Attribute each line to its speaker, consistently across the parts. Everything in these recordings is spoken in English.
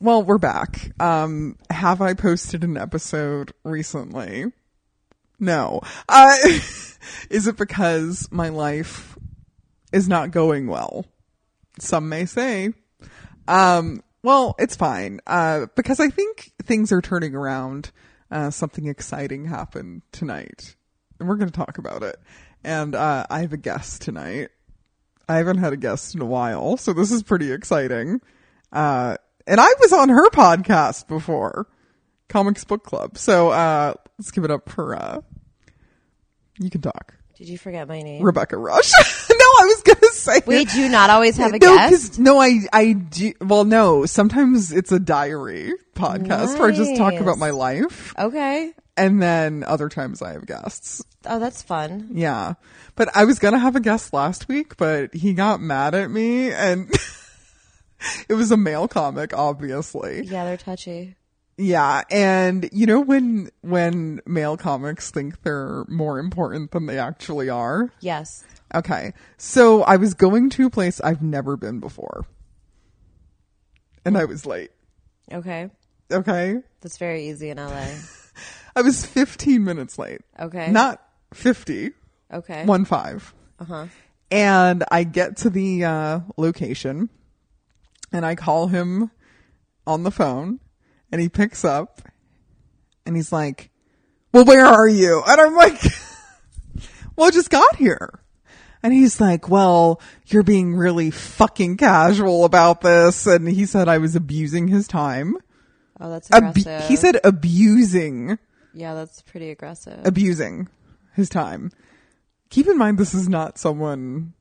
Speaker 1: Well, we're back. Um, have I posted an episode recently? No. Uh, is it because my life is not going well? Some may say. Um, well, it's fine. Uh, because I think things are turning around. Uh, something exciting happened tonight. And we're going to talk about it. And, uh, I have a guest tonight. I haven't had a guest in a while, so this is pretty exciting. Uh, and I was on her podcast before, Comics Book Club. So uh, let's give it up for uh, you can talk,
Speaker 2: Did you forget my name?
Speaker 1: Rebecca Rush. no, I was gonna say
Speaker 2: we do not always have a
Speaker 1: no, 'cause-
Speaker 2: guest.
Speaker 1: no, I, I do. Well, no, sometimes it's a diary podcast where I just talk
Speaker 2: Nice.
Speaker 1: about my life,
Speaker 2: Okay.
Speaker 1: and then other times I have guests.
Speaker 2: Oh, that's fun.
Speaker 1: Yeah, but I was gonna have a guest last week, but he got mad at me, and it was a male comic, obviously.
Speaker 2: Yeah, they're touchy.
Speaker 1: Yeah, and you know when when male comics think they're more important than they actually are?
Speaker 2: Yes.
Speaker 1: Okay. So I was going to a place I've never been before. And I was late.
Speaker 2: Okay.
Speaker 1: Okay?
Speaker 2: That's very easy in LA.
Speaker 1: I was 15 minutes late.
Speaker 2: Okay.
Speaker 1: Not 50,
Speaker 2: Okay.
Speaker 1: 1 5.
Speaker 2: Uh-huh.
Speaker 1: And I get to the uh, location and I call him on the phone and he picks up and he's like, Well, where are you? And I'm like, Well, I just got here. And he's like, Well, you're being really fucking casual about this. And he said I was abusing his time.
Speaker 2: Oh, that's
Speaker 1: Ab-
Speaker 2: aggressive.
Speaker 1: he said abusing,
Speaker 2: Yeah, that's pretty aggressive.
Speaker 1: abusing his time. Keep in mind, this is not someone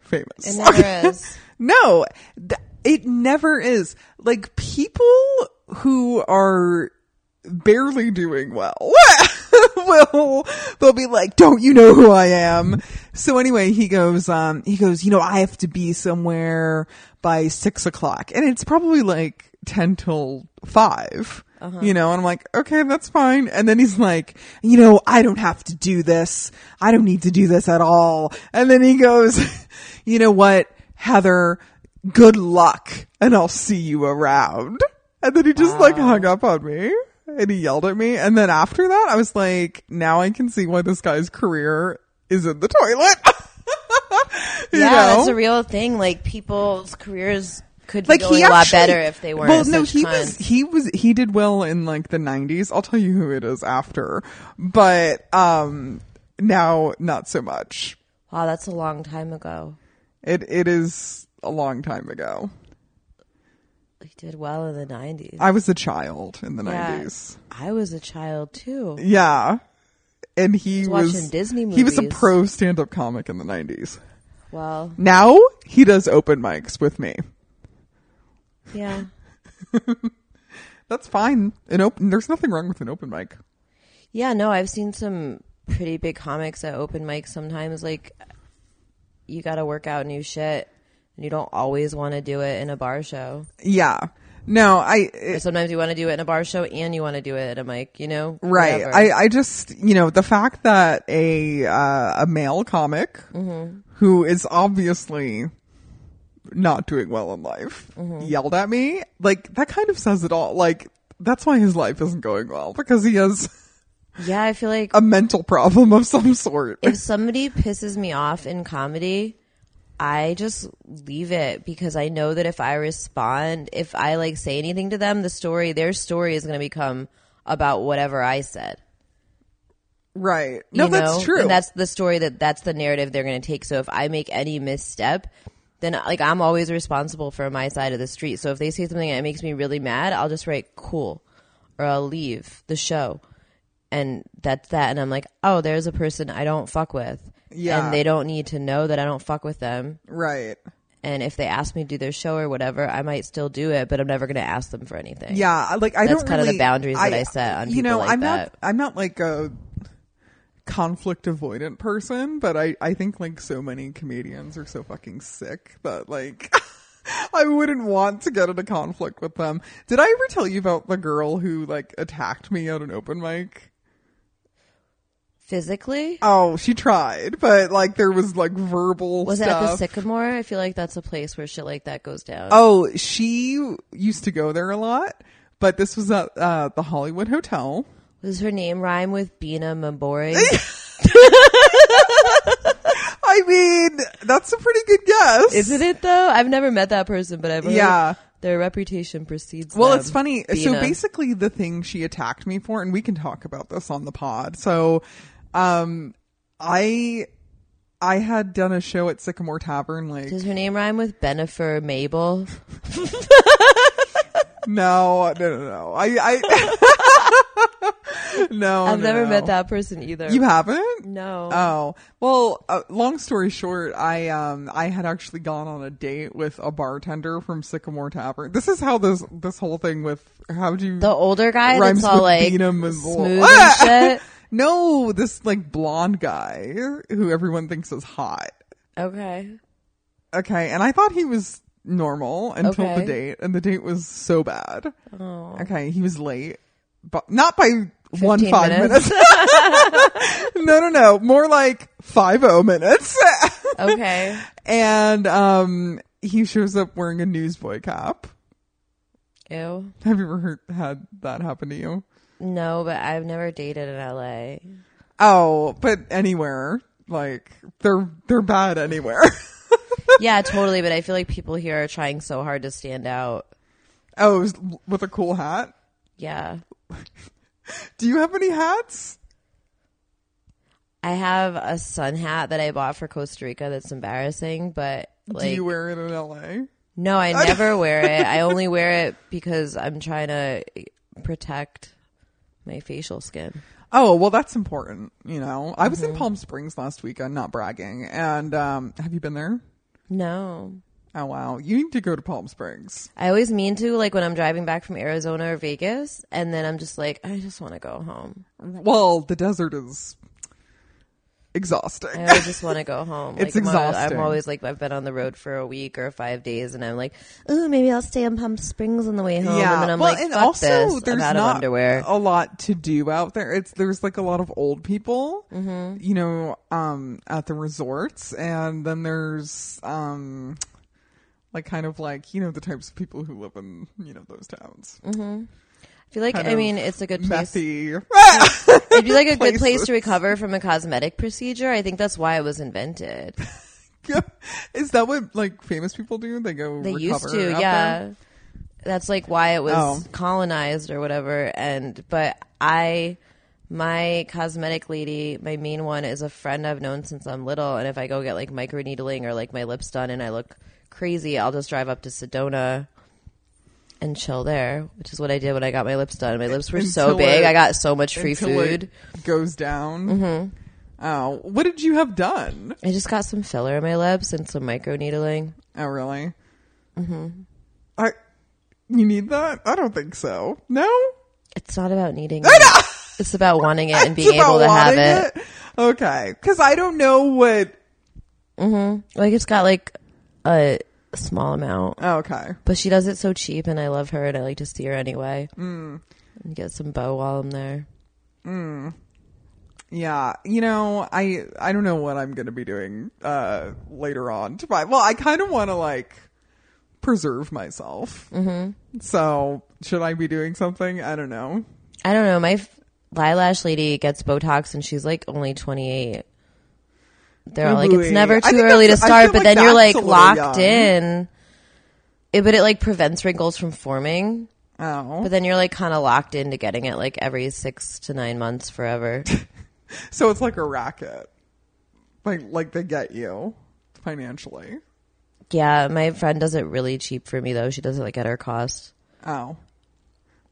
Speaker 1: famous.
Speaker 2: it never is.
Speaker 1: No, th- it never is. Like people who are barely doing well will they'll be like, "Don't you know who I am?" So anyway, he goes, um, he goes, you know, I have to be somewhere by six o'clock, and it's probably like ten till 5 You know, and I'm like, okay, that's fine. And then he's like, you know, I don't have to do this. I don't need to do this at all. And then he goes, you know what? Heather, good luck and I'll see you around. And then he just like hung up on me and he yelled at me. And then after that, I was like, now I can see why this guy's career is in the toilet. You
Speaker 2: Yeah,
Speaker 1: know?
Speaker 2: that's a real thing. Like people's careers could be
Speaker 1: like
Speaker 2: going
Speaker 1: he
Speaker 2: a lot
Speaker 1: actually-
Speaker 2: better if they weren't.
Speaker 1: Well,
Speaker 2: such
Speaker 1: no, he
Speaker 2: cons.
Speaker 1: was he was he did well in like the '90s. I'll tell you who it is after, but um, now not so much.
Speaker 2: Wow, that's a long time ago.
Speaker 1: It it is a long time ago.
Speaker 2: He did well in the nineties.
Speaker 1: I was a child in the
Speaker 2: Yeah.
Speaker 1: '90s.
Speaker 2: I was a child too.
Speaker 1: Yeah. And he
Speaker 2: watching
Speaker 1: was
Speaker 2: Disney
Speaker 1: He was a
Speaker 2: movies.
Speaker 1: pro stand-up comic in the 90s.
Speaker 2: Well,
Speaker 1: Now he does open mics with me.
Speaker 2: yeah.
Speaker 1: That's fine. An open there's nothing wrong with an open mic.
Speaker 2: Yeah, no, I've seen some pretty big comics at open mics sometimes. Like, you got to work out new shit, and you don't always want to do it in a bar show.
Speaker 1: Yeah. No, I eh,
Speaker 2: Or sometimes you want to do it in a bar show and you want to do it at a mic, you know?
Speaker 1: Right.
Speaker 2: Whatever.
Speaker 1: I, I just, you know, the fact that a, uh, a male comic
Speaker 2: Mm-hmm.
Speaker 1: who is obviously not doing well in life
Speaker 2: Mm-hmm.
Speaker 1: yelled at me, like, that kind of says it all. Like, that's why his life isn't going well because he has
Speaker 2: yeah, I feel like
Speaker 1: a mental problem of some sort.
Speaker 2: if somebody pisses me off in comedy, I just leave it because I know that if I respond, if I like say anything to them, the story, their story is going to become about whatever I said.
Speaker 1: Right. No,
Speaker 2: you
Speaker 1: that's
Speaker 2: know?
Speaker 1: true.
Speaker 2: And that's the story that that's the narrative they're going to take. So if I make any misstep, then like I'm always responsible for my side of the street. So if they say something that makes me really mad, I'll just write cool or I'll leave the show. And that's that. And I'm like, oh, there's a person I don't fuck with.
Speaker 1: Yeah.
Speaker 2: And they don't need to know that I don't fuck with them.
Speaker 1: right.
Speaker 2: And if they ask me to do their show or whatever, I might still do it, but I'm never going to ask them for anything.
Speaker 1: Yeah, I- like I
Speaker 2: That's
Speaker 1: don't
Speaker 2: kinda the
Speaker 1: really-
Speaker 2: boundaries that I set on
Speaker 1: You
Speaker 2: people
Speaker 1: know,
Speaker 2: like
Speaker 1: I'm
Speaker 2: that.
Speaker 1: not I'm not like a conflict avoidant person, but I I think like so many comedians are so fucking sick that like I wouldn't want to get into conflict with them. Did I ever tell you about the girl who like attacked me at an open mic?
Speaker 2: Physically?
Speaker 1: Oh, she tried, but like there was like verbal
Speaker 2: Was it
Speaker 1: stuff.
Speaker 2: at the Sycamore? I feel like that's a place where shit like that goes down.
Speaker 1: Oh, she used to go there a lot, but this was at uh, the Hollywood Hotel.
Speaker 2: Does her name rhyme with Bina Mabori?
Speaker 1: I mean, that's a pretty good guess.
Speaker 2: Isn't it though? I've never met that person, but I've heard
Speaker 1: Yeah.
Speaker 2: their reputation precedes.
Speaker 1: Well,
Speaker 2: them.
Speaker 1: it's funny. So
Speaker 2: Um, Bina.
Speaker 1: basically, the thing she attacked me for, and we can talk about this on the pod. So, um, I, I had done a show at Sycamore Tavern. Like,
Speaker 2: does her name rhyme with Benifer Mabel?
Speaker 1: Oh, no, no, no, no. I, I, no,
Speaker 2: I've
Speaker 1: no,
Speaker 2: never
Speaker 1: no.
Speaker 2: met that person either.
Speaker 1: You haven't?
Speaker 2: no.
Speaker 1: Oh well, uh, long story short, I um I had actually gone on a date with a bartender from Sycamore Tavern. This is how this this whole thing with how do you
Speaker 2: the older guy
Speaker 1: rhymes
Speaker 2: that's all
Speaker 1: with
Speaker 2: like
Speaker 1: Bina Mazzol.
Speaker 2: smooth
Speaker 1: Ah!
Speaker 2: and shit.
Speaker 1: no this like blonde guy who everyone thinks is hot.
Speaker 2: Okay.
Speaker 1: Okay, and I thought he was normal until
Speaker 2: Okay.
Speaker 1: the date, and the date was so bad.
Speaker 2: Oh.
Speaker 1: Okay, he was late, but not by one
Speaker 2: 15
Speaker 1: five minutes.
Speaker 2: minutes.
Speaker 1: no, no, no, more like five oh minutes.
Speaker 2: Okay.
Speaker 1: and um he shows up wearing a newsboy cap.
Speaker 2: Ew.
Speaker 1: Have you ever heard, had that happen to you?
Speaker 2: No, but I've never dated in LA.
Speaker 1: Oh, but anywhere. Like they're they're bad anywhere.
Speaker 2: Yeah, totally. But I feel like people here are trying so hard to stand out.
Speaker 1: oh, it was with a cool hat.
Speaker 2: Yeah.
Speaker 1: Do you have any hats?
Speaker 2: I have a sun hat that I bought for Costa Rica that's embarrassing, but
Speaker 1: Do
Speaker 2: like
Speaker 1: you wear it in LA?
Speaker 2: no, I never wear it. I only wear it because I'm trying to protect my facial skin.
Speaker 1: Oh, well that's important, you know. I was in Palm Springs last weekend, not bragging. And um have you been there?
Speaker 2: No.
Speaker 1: Oh wow. You need to go to Palm Springs.
Speaker 2: I always mean to like when I'm driving back from Arizona or Vegas and then I'm just like I just want to go home.
Speaker 1: Well, the desert is exhausting.
Speaker 2: I always just want to go home.
Speaker 1: It's
Speaker 2: like, I'm al-
Speaker 1: exhausting.
Speaker 2: I'm always like I've been on the road for a week or 5 days and I'm like, "Ooh, maybe I'll stay in Palm Springs on the way home." And then I'm like, "Fuck this. I'm out of underwear."
Speaker 1: a lot to do out there. It's there's like a lot of old people,
Speaker 2: Mm-hmm.
Speaker 1: you know, um, at the resorts, and then there's um, like kind of like you know the types of people who live in you know those towns,
Speaker 2: I feel like
Speaker 1: kind
Speaker 2: I
Speaker 1: of
Speaker 2: mean, it's a good place
Speaker 1: methy.
Speaker 2: It'd be like a good place
Speaker 1: places.
Speaker 2: to recover from a cosmetic procedure. I think that's why it was invented.
Speaker 1: Is that what like famous people do? They go.
Speaker 2: They
Speaker 1: recover
Speaker 2: used to,
Speaker 1: out
Speaker 2: yeah.
Speaker 1: there?
Speaker 2: That's like why it was
Speaker 1: Oh.
Speaker 2: colonized or whatever. And but I, my cosmetic lady, my main one is a friend I've known since I'm little. And if I go get like microneedling or like my lips done and I look crazy, I'll just drive up to Sedona. And chill there, which is what I did when I got my lips done. My lips were so
Speaker 1: Until
Speaker 2: big;
Speaker 1: it-
Speaker 2: I got so much free
Speaker 1: Until it
Speaker 2: food. Mm-hmm.
Speaker 1: goes down. Oh, what did you have done?
Speaker 2: I just got some filler in my lips and some microneedling.
Speaker 1: Oh, really? Mm-hmm. I, you need that? I don't think so. No,
Speaker 2: It's not about needing it. It's about wanting it and being
Speaker 1: It's about
Speaker 2: able to have
Speaker 1: wanting
Speaker 2: it.
Speaker 1: Okay, because I don't know what.
Speaker 2: Like it's got like a small amount,
Speaker 1: oh, Okay,
Speaker 2: but she does it so cheap, and I love her, and I like to see her anyway. Mm. And get some bow while I'm there.
Speaker 1: yeah, you know, I I don't know what I'm gonna be doing uh later on to buy. Well, I kind of want to like preserve myself. Mm-hmm. So should I be doing something? I don't know.
Speaker 2: I don't know. My f- eyelash lady gets Botox, and she's like only 28. They're all like,
Speaker 1: Ooh-wee.
Speaker 2: it's never
Speaker 1: I
Speaker 2: too
Speaker 1: think
Speaker 2: early to
Speaker 1: that's- I
Speaker 2: start,
Speaker 1: feel
Speaker 2: but
Speaker 1: like
Speaker 2: then you're like
Speaker 1: that's a little
Speaker 2: locked
Speaker 1: young.
Speaker 2: in. It, but it like prevents wrinkles from forming.
Speaker 1: Oh,
Speaker 2: But then you're like kind of locked into getting it like every six to nine months forever.
Speaker 1: So it's like a racket. Like like they get you financially.
Speaker 2: Yeah, my friend does it really cheap for me though. She does it like at her cost.
Speaker 1: Oh.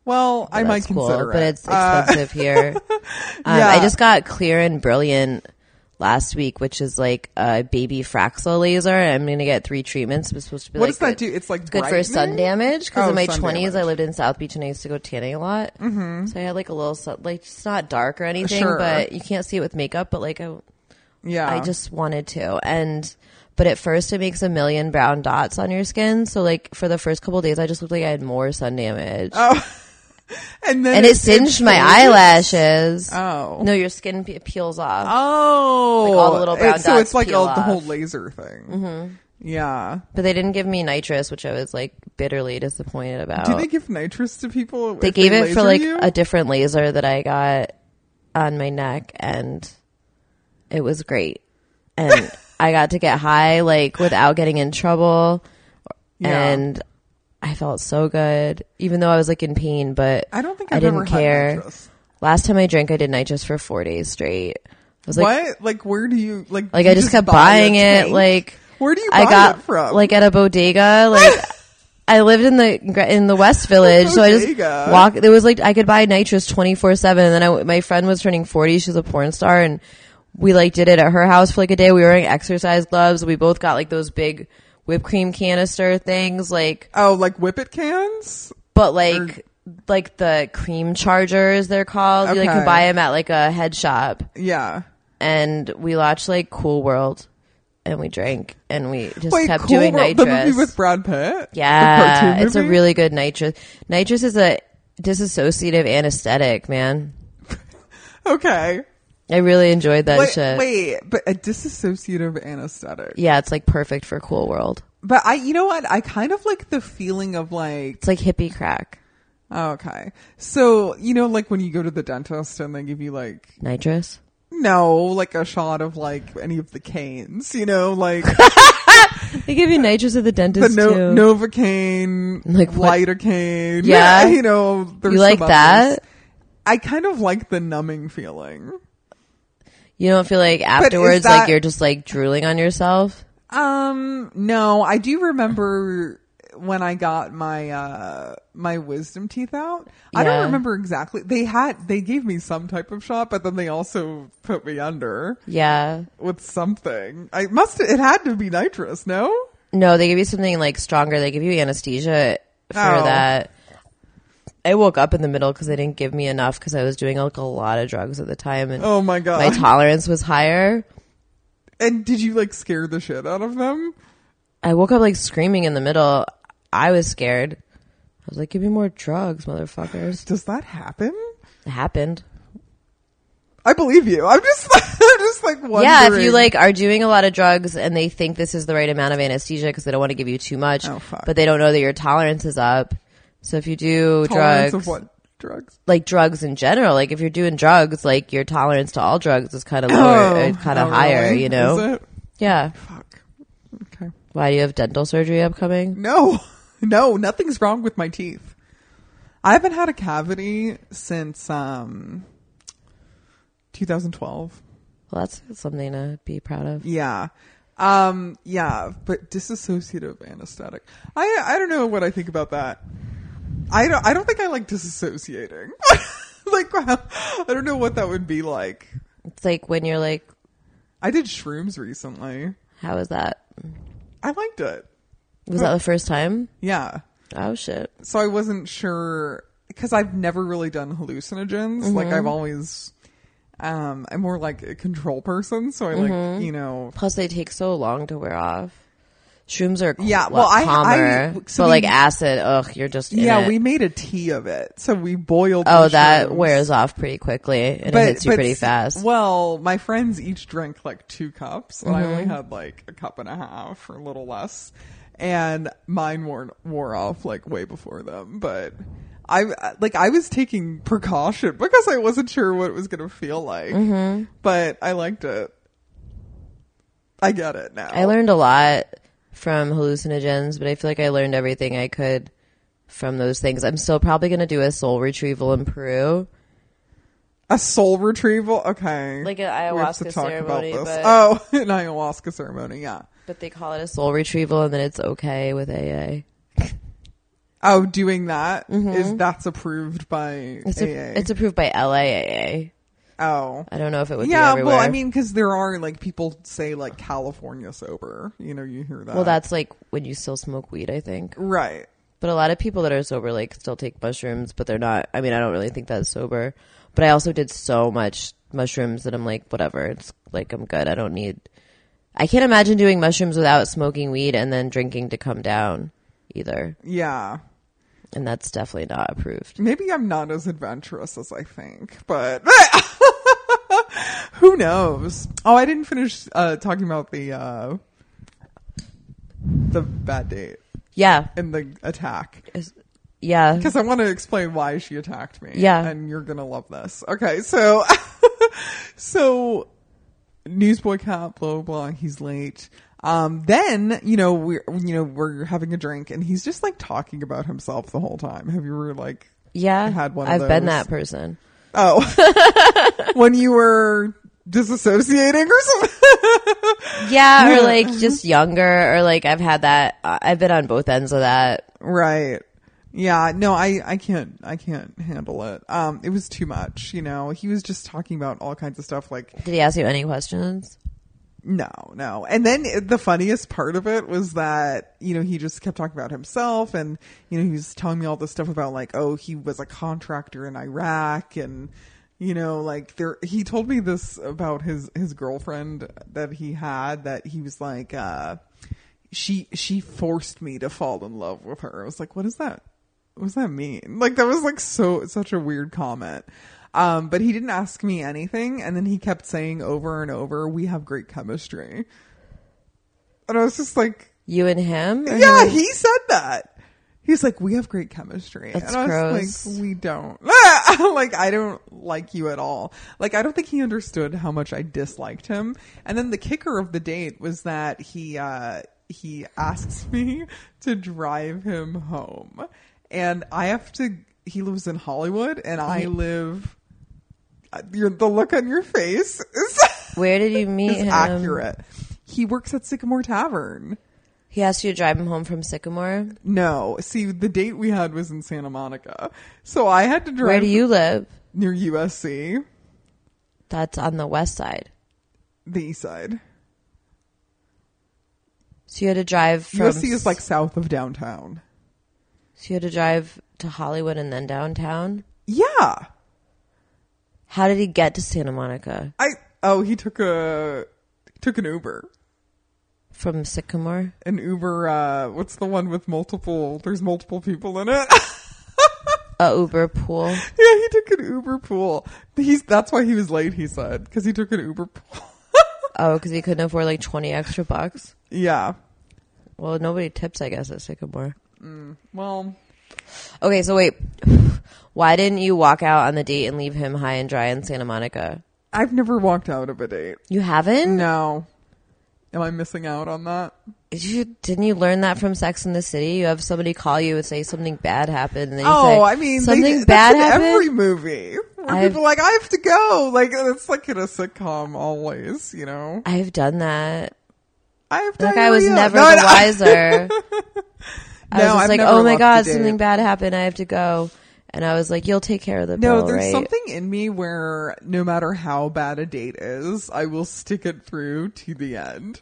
Speaker 1: Well, I might
Speaker 2: That's cool,
Speaker 1: consider it.
Speaker 2: but it's
Speaker 1: Uh,
Speaker 2: expensive here. Um, I
Speaker 1: Yeah.
Speaker 2: just got clear and brilliant last week, which is like a baby Fraxel laser. I'm gonna get three treatments. It's supposed to be
Speaker 1: what
Speaker 2: like
Speaker 1: does that
Speaker 2: good.
Speaker 1: do? It's like
Speaker 2: good for sun
Speaker 1: brightening?
Speaker 2: damage because
Speaker 1: Oh,
Speaker 2: in my
Speaker 1: sun
Speaker 2: 20s i
Speaker 1: damage.
Speaker 2: lived in south beach and i used to go tanning a lot mm-hmm. so i had like a little sun like it's not dark or anything
Speaker 1: Sure.
Speaker 2: but you can't see it with makeup but like I,
Speaker 1: Yeah.
Speaker 2: I just wanted to and but at first it makes a million brown dots on your skin so like for the first couple days i just looked like i had more sun damage
Speaker 1: Oh, and then
Speaker 2: and it singed my eyelashes
Speaker 1: Oh.
Speaker 2: no your skin pe- peels off
Speaker 1: Oh,
Speaker 2: Like, all the little brown
Speaker 1: It's- so
Speaker 2: dots
Speaker 1: it's like
Speaker 2: peel
Speaker 1: all, the whole
Speaker 2: off. Mm-hmm.
Speaker 1: laser thing. Yeah.
Speaker 2: but they didn't give me nitrous which i was like bitterly disappointed about
Speaker 1: Do they give nitrous to people?
Speaker 2: Oh. they gave it for like
Speaker 1: you?
Speaker 2: a different laser that I got on my neck and it was great. And I got to get high like without getting in trouble
Speaker 1: Yeah.
Speaker 2: and I felt so good even though I was like in pain but
Speaker 1: I don't think
Speaker 2: I
Speaker 1: I've
Speaker 2: didn't
Speaker 1: ever
Speaker 2: care.
Speaker 1: Had nitrous.
Speaker 2: last time I drank I did nitrous for 4 days straight. I was like
Speaker 1: what? Like, where do you like?
Speaker 2: like
Speaker 1: you
Speaker 2: I just, kept
Speaker 1: buy
Speaker 2: buying
Speaker 1: a
Speaker 2: it
Speaker 1: tank?
Speaker 2: like
Speaker 1: where do you buy
Speaker 2: I got
Speaker 1: it from?
Speaker 2: like at a bodega. Like I lived in the in the West Village, so I just
Speaker 1: Bodega.
Speaker 2: walk. There was like I could buy nitrous twenty four seven. And then I, my friend was turning forty. She's a porn star, and we like did it at her house for like a day. We were wearing exercise gloves. We both got like those big whipped cream canister things, like
Speaker 1: oh, like whippet cans.
Speaker 2: but like. like the cream chargers, they're called. You like
Speaker 1: Okay.
Speaker 2: can buy them at like a head shop,
Speaker 1: Yeah.
Speaker 2: and we watched like Cool World, and we drank, and we just
Speaker 1: Wait,
Speaker 2: kept
Speaker 1: cool.
Speaker 2: doing
Speaker 1: World-
Speaker 2: nitrous.
Speaker 1: The movie with Brad Pitt. The
Speaker 2: Yeah,
Speaker 1: cartoon
Speaker 2: it's a
Speaker 1: movie?
Speaker 2: really good nitrous. Nitrous is a disassociative anesthetic, man.
Speaker 1: okay.
Speaker 2: I really enjoyed that
Speaker 1: Wait,
Speaker 2: shit.
Speaker 1: wait, but a disassociative anesthetic.
Speaker 2: Yeah, it's like perfect for cool world.
Speaker 1: But I, you know what? I kind of like the feeling of like, oh,
Speaker 2: It's like hippie crack.
Speaker 1: okay. So, you know, like when you go to the dentist and they give you like,
Speaker 2: Nitrous.
Speaker 1: no, like a shot of like any of the canes, you know, like
Speaker 2: They give you nitrous at
Speaker 1: the
Speaker 2: the dentist
Speaker 1: no-
Speaker 2: too.
Speaker 1: Novocaine,
Speaker 2: Like
Speaker 1: like
Speaker 2: what-
Speaker 1: lidocaine.
Speaker 2: Yeah?
Speaker 1: You know, there's
Speaker 2: You like
Speaker 1: some
Speaker 2: that?
Speaker 1: others. I kind of like the numbing feeling.
Speaker 2: You don't feel like afterwards, like
Speaker 1: that-
Speaker 2: you're just like drooling on yourself.
Speaker 1: Um, no, I do remember when I got my uh my wisdom teeth out. I
Speaker 2: Yeah.
Speaker 1: don't remember exactly. They had they gave me some type of shot, but then they also put me under
Speaker 2: Yeah.
Speaker 1: with something. I must it had to be nitrous, no?
Speaker 2: No, they give you something like stronger. They give you anesthesia for
Speaker 1: Oh.
Speaker 2: that. I woke up in the middle because they didn't give me enough because I was doing like a lot of drugs at the time and
Speaker 1: Oh my god.
Speaker 2: my tolerance was higher.
Speaker 1: and did you like scare the shit out of them?
Speaker 2: I woke up like screaming in the middle. I was scared. I was like, give me more drugs, motherfuckers.
Speaker 1: Does that happen?
Speaker 2: It happened.
Speaker 1: I believe you. I'm just I'm just like wondering.
Speaker 2: Yeah, if you like are doing a lot of drugs and they think this is the right amount of anesthesia because they don't want to give you too much,
Speaker 1: Oh, fuck.
Speaker 2: but they don't know that your tolerance is up. So if you do
Speaker 1: tolerance
Speaker 2: drugs,
Speaker 1: of what drugs?
Speaker 2: like drugs in general, like if you're doing drugs, like your tolerance to all drugs is kind of lower, it's kind of
Speaker 1: oh,
Speaker 2: higher,
Speaker 1: really?
Speaker 2: you know?
Speaker 1: Is it?
Speaker 2: Yeah.
Speaker 1: Fuck. Okay.
Speaker 2: Why do you have dental surgery upcoming?
Speaker 1: No, no, nothing's wrong with my teeth. I haven't had a cavity since um 2012.
Speaker 2: Well, that's something to be proud of.
Speaker 1: Yeah. Um yeah, but disassociative anesthetic. I I don't know what I think about that. I don't I don't think I like disassociating. like I don't know what that would be like.
Speaker 2: It's like when you're like,
Speaker 1: I did shrooms recently.
Speaker 2: how is that?
Speaker 1: I liked it.
Speaker 2: Was that the first time?
Speaker 1: Yeah.
Speaker 2: Oh shit.
Speaker 1: so I wasn't sure because I've never really done hallucinogens. Like I've always, um, I'm more like a control person. So I like, you know,
Speaker 2: Plus, they take so long to wear off. Shrooms are
Speaker 1: Yeah,
Speaker 2: yeah,
Speaker 1: well, I- I-
Speaker 2: calmer,
Speaker 1: so
Speaker 2: but
Speaker 1: we-
Speaker 2: like acid, ugh, you're just in
Speaker 1: yeah,
Speaker 2: it.
Speaker 1: we made a tea of it. So we boiled.
Speaker 2: Oh,
Speaker 1: the
Speaker 2: that
Speaker 1: shrooms.
Speaker 2: wears off pretty quickly, and it hits you pretty
Speaker 1: s-
Speaker 2: fast.
Speaker 1: Well, my friends each drank like two cups, and I only
Speaker 2: Mm-hmm.
Speaker 1: had like a cup and a half or a little less, and mine wore wore off like way before them. But I like I was taking precaution because I wasn't sure what it was going to feel like,
Speaker 2: Mm-hmm.
Speaker 1: but I liked it. I get it now.
Speaker 2: I learned a lot from hallucinogens, but I feel like I learned everything I could from those things. I'm still probably gonna do a soul retrieval in Peru.
Speaker 1: A soul retrieval? Okay.
Speaker 2: Like an
Speaker 1: We have to
Speaker 2: ayahuasca
Speaker 1: talk about
Speaker 2: ceremony,
Speaker 1: this.
Speaker 2: but-
Speaker 1: Oh, an ayahuasca ceremony, yeah.
Speaker 2: But they call it a soul retrieval, and then it's okay with AA.
Speaker 1: Oh, doing that is that's approved by
Speaker 2: Mm-hmm. It's,
Speaker 1: AA.
Speaker 2: a, it's approved by LAAA.
Speaker 1: oh.
Speaker 2: I don't know if it would be
Speaker 1: Yeah,
Speaker 2: everywhere.
Speaker 1: well, I mean, because there are like people say like California sober. You know, you hear that.
Speaker 2: well, that's like when you still smoke weed, I think.
Speaker 1: right.
Speaker 2: But a lot of people that are sober like still take mushrooms, but they're not. I mean, I don't really think that's sober. But I also did so much mushrooms that I'm like, whatever. It's like I'm good. I don't need. I can't imagine doing mushrooms without smoking weed and then drinking to come down either.
Speaker 1: Yeah.
Speaker 2: And that's definitely not approved.
Speaker 1: Maybe I'm not as adventurous as I think, but who knows? Oh, I didn't finish uh, talking about the uh, the bad date
Speaker 2: Yeah.
Speaker 1: and the attack.
Speaker 2: Yeah.
Speaker 1: because I want to explain why she attacked me.
Speaker 2: Yeah.
Speaker 1: and you're gonna love this. Okay, so so newsboy cop, blah blah. blah he's late. Um, then you know we're you know we're having a drink, and he's just like talking about himself the whole time. Have you ever like
Speaker 2: Yeah.
Speaker 1: had one of
Speaker 2: I've been
Speaker 1: those.
Speaker 2: that person.
Speaker 1: oh when you were disassociating or something?
Speaker 2: Yeah. Or like just younger or like I've had that. I- I've been on both ends of that.
Speaker 1: Right. Yeah, no, I, I can't, I can't handle it. Um, it was too much, you know, he was just talking about all kinds of stuff like
Speaker 2: Did he ask you any questions?
Speaker 1: No, no. And then it- the funniest part of it was that, you know, he just kept talking about himself and, you know, he was telling me all this stuff about like, oh, he was a contractor in Iraq and, you know, like there, he told me this about his, his girlfriend that he had that he was like, uh, she, she forced me to fall in love with her. I was like, what is that? what does that mean? Like that was like so such a weird comment. Um, but he didn't ask me anything, and then he kept saying over and over, "We have great chemistry," and I was just like,
Speaker 2: You and him? Or
Speaker 1: "Yeah,
Speaker 2: him-
Speaker 1: he said that." He's like, "We have great chemistry,"
Speaker 2: That's
Speaker 1: and I was
Speaker 2: gross.
Speaker 1: like, "We don't." like I don't like you at all. Like I don't think he understood how much I disliked him. And then the kicker of the date was that he uh, he asks me to drive him home, and I have to. He lives in Hollywood, and I live. uh, Your, the look on your face is,
Speaker 2: Where did you meet
Speaker 1: is
Speaker 2: him?
Speaker 1: accurate. He works at Sycamore Tavern.
Speaker 2: He asked you to drive him home from Sycamore.
Speaker 1: No. See, the date we had was in Santa Monica. So I had to
Speaker 2: Where
Speaker 1: drive
Speaker 2: do you live?
Speaker 1: near USC,
Speaker 2: That's on the west side.
Speaker 1: the east side.
Speaker 2: So you had to drive from
Speaker 1: USC is like south of downtown.
Speaker 2: So you had to drive to Hollywood and then downtown.
Speaker 1: Yeah.
Speaker 2: How did he get to Santa Monica
Speaker 1: I oh, he took a took an Uber.
Speaker 2: from Sycamore?
Speaker 1: An Uber uh what's the one with multiple there's multiple people in it?
Speaker 2: A Uber pool.
Speaker 1: yeah, he took an Uber pool. He's that's why he was late, he said, cuz he took an Uber pool.
Speaker 2: Oh, because he couldn't afford like twenty extra bucks.
Speaker 1: yeah.
Speaker 2: Well, nobody tips, I guess, at Sycamore.
Speaker 1: Well,
Speaker 2: Okay, so wait, why didn't you walk out on the date and leave him high and dry in Santa Monica?
Speaker 1: I've never walked out of a date.
Speaker 2: You haven't?
Speaker 1: No. Am I missing out on that?
Speaker 2: You, didn't you learn that from Sex in the City? You have somebody call you and say something bad happened, and then you
Speaker 1: Oh,
Speaker 2: say
Speaker 1: I mean, they,
Speaker 2: something
Speaker 1: that's
Speaker 2: bad
Speaker 1: in
Speaker 2: happened.
Speaker 1: every movie. Where
Speaker 2: I've-
Speaker 1: people are like, I have to go. Like, it's like in a sitcom always, you know?
Speaker 2: I've done that.
Speaker 1: I have to
Speaker 2: Like I was never
Speaker 1: no,
Speaker 2: the
Speaker 1: no,
Speaker 2: wiser. I was
Speaker 1: No,
Speaker 2: just
Speaker 1: I've
Speaker 2: like,
Speaker 1: never
Speaker 2: oh my
Speaker 1: walked
Speaker 2: god,
Speaker 1: a date.
Speaker 2: something bad happened. I have to go, and I was like, you'll take care of the
Speaker 1: No,
Speaker 2: bill,
Speaker 1: there's
Speaker 2: right?
Speaker 1: something in me where no matter how bad a date is, I will stick it through to the end.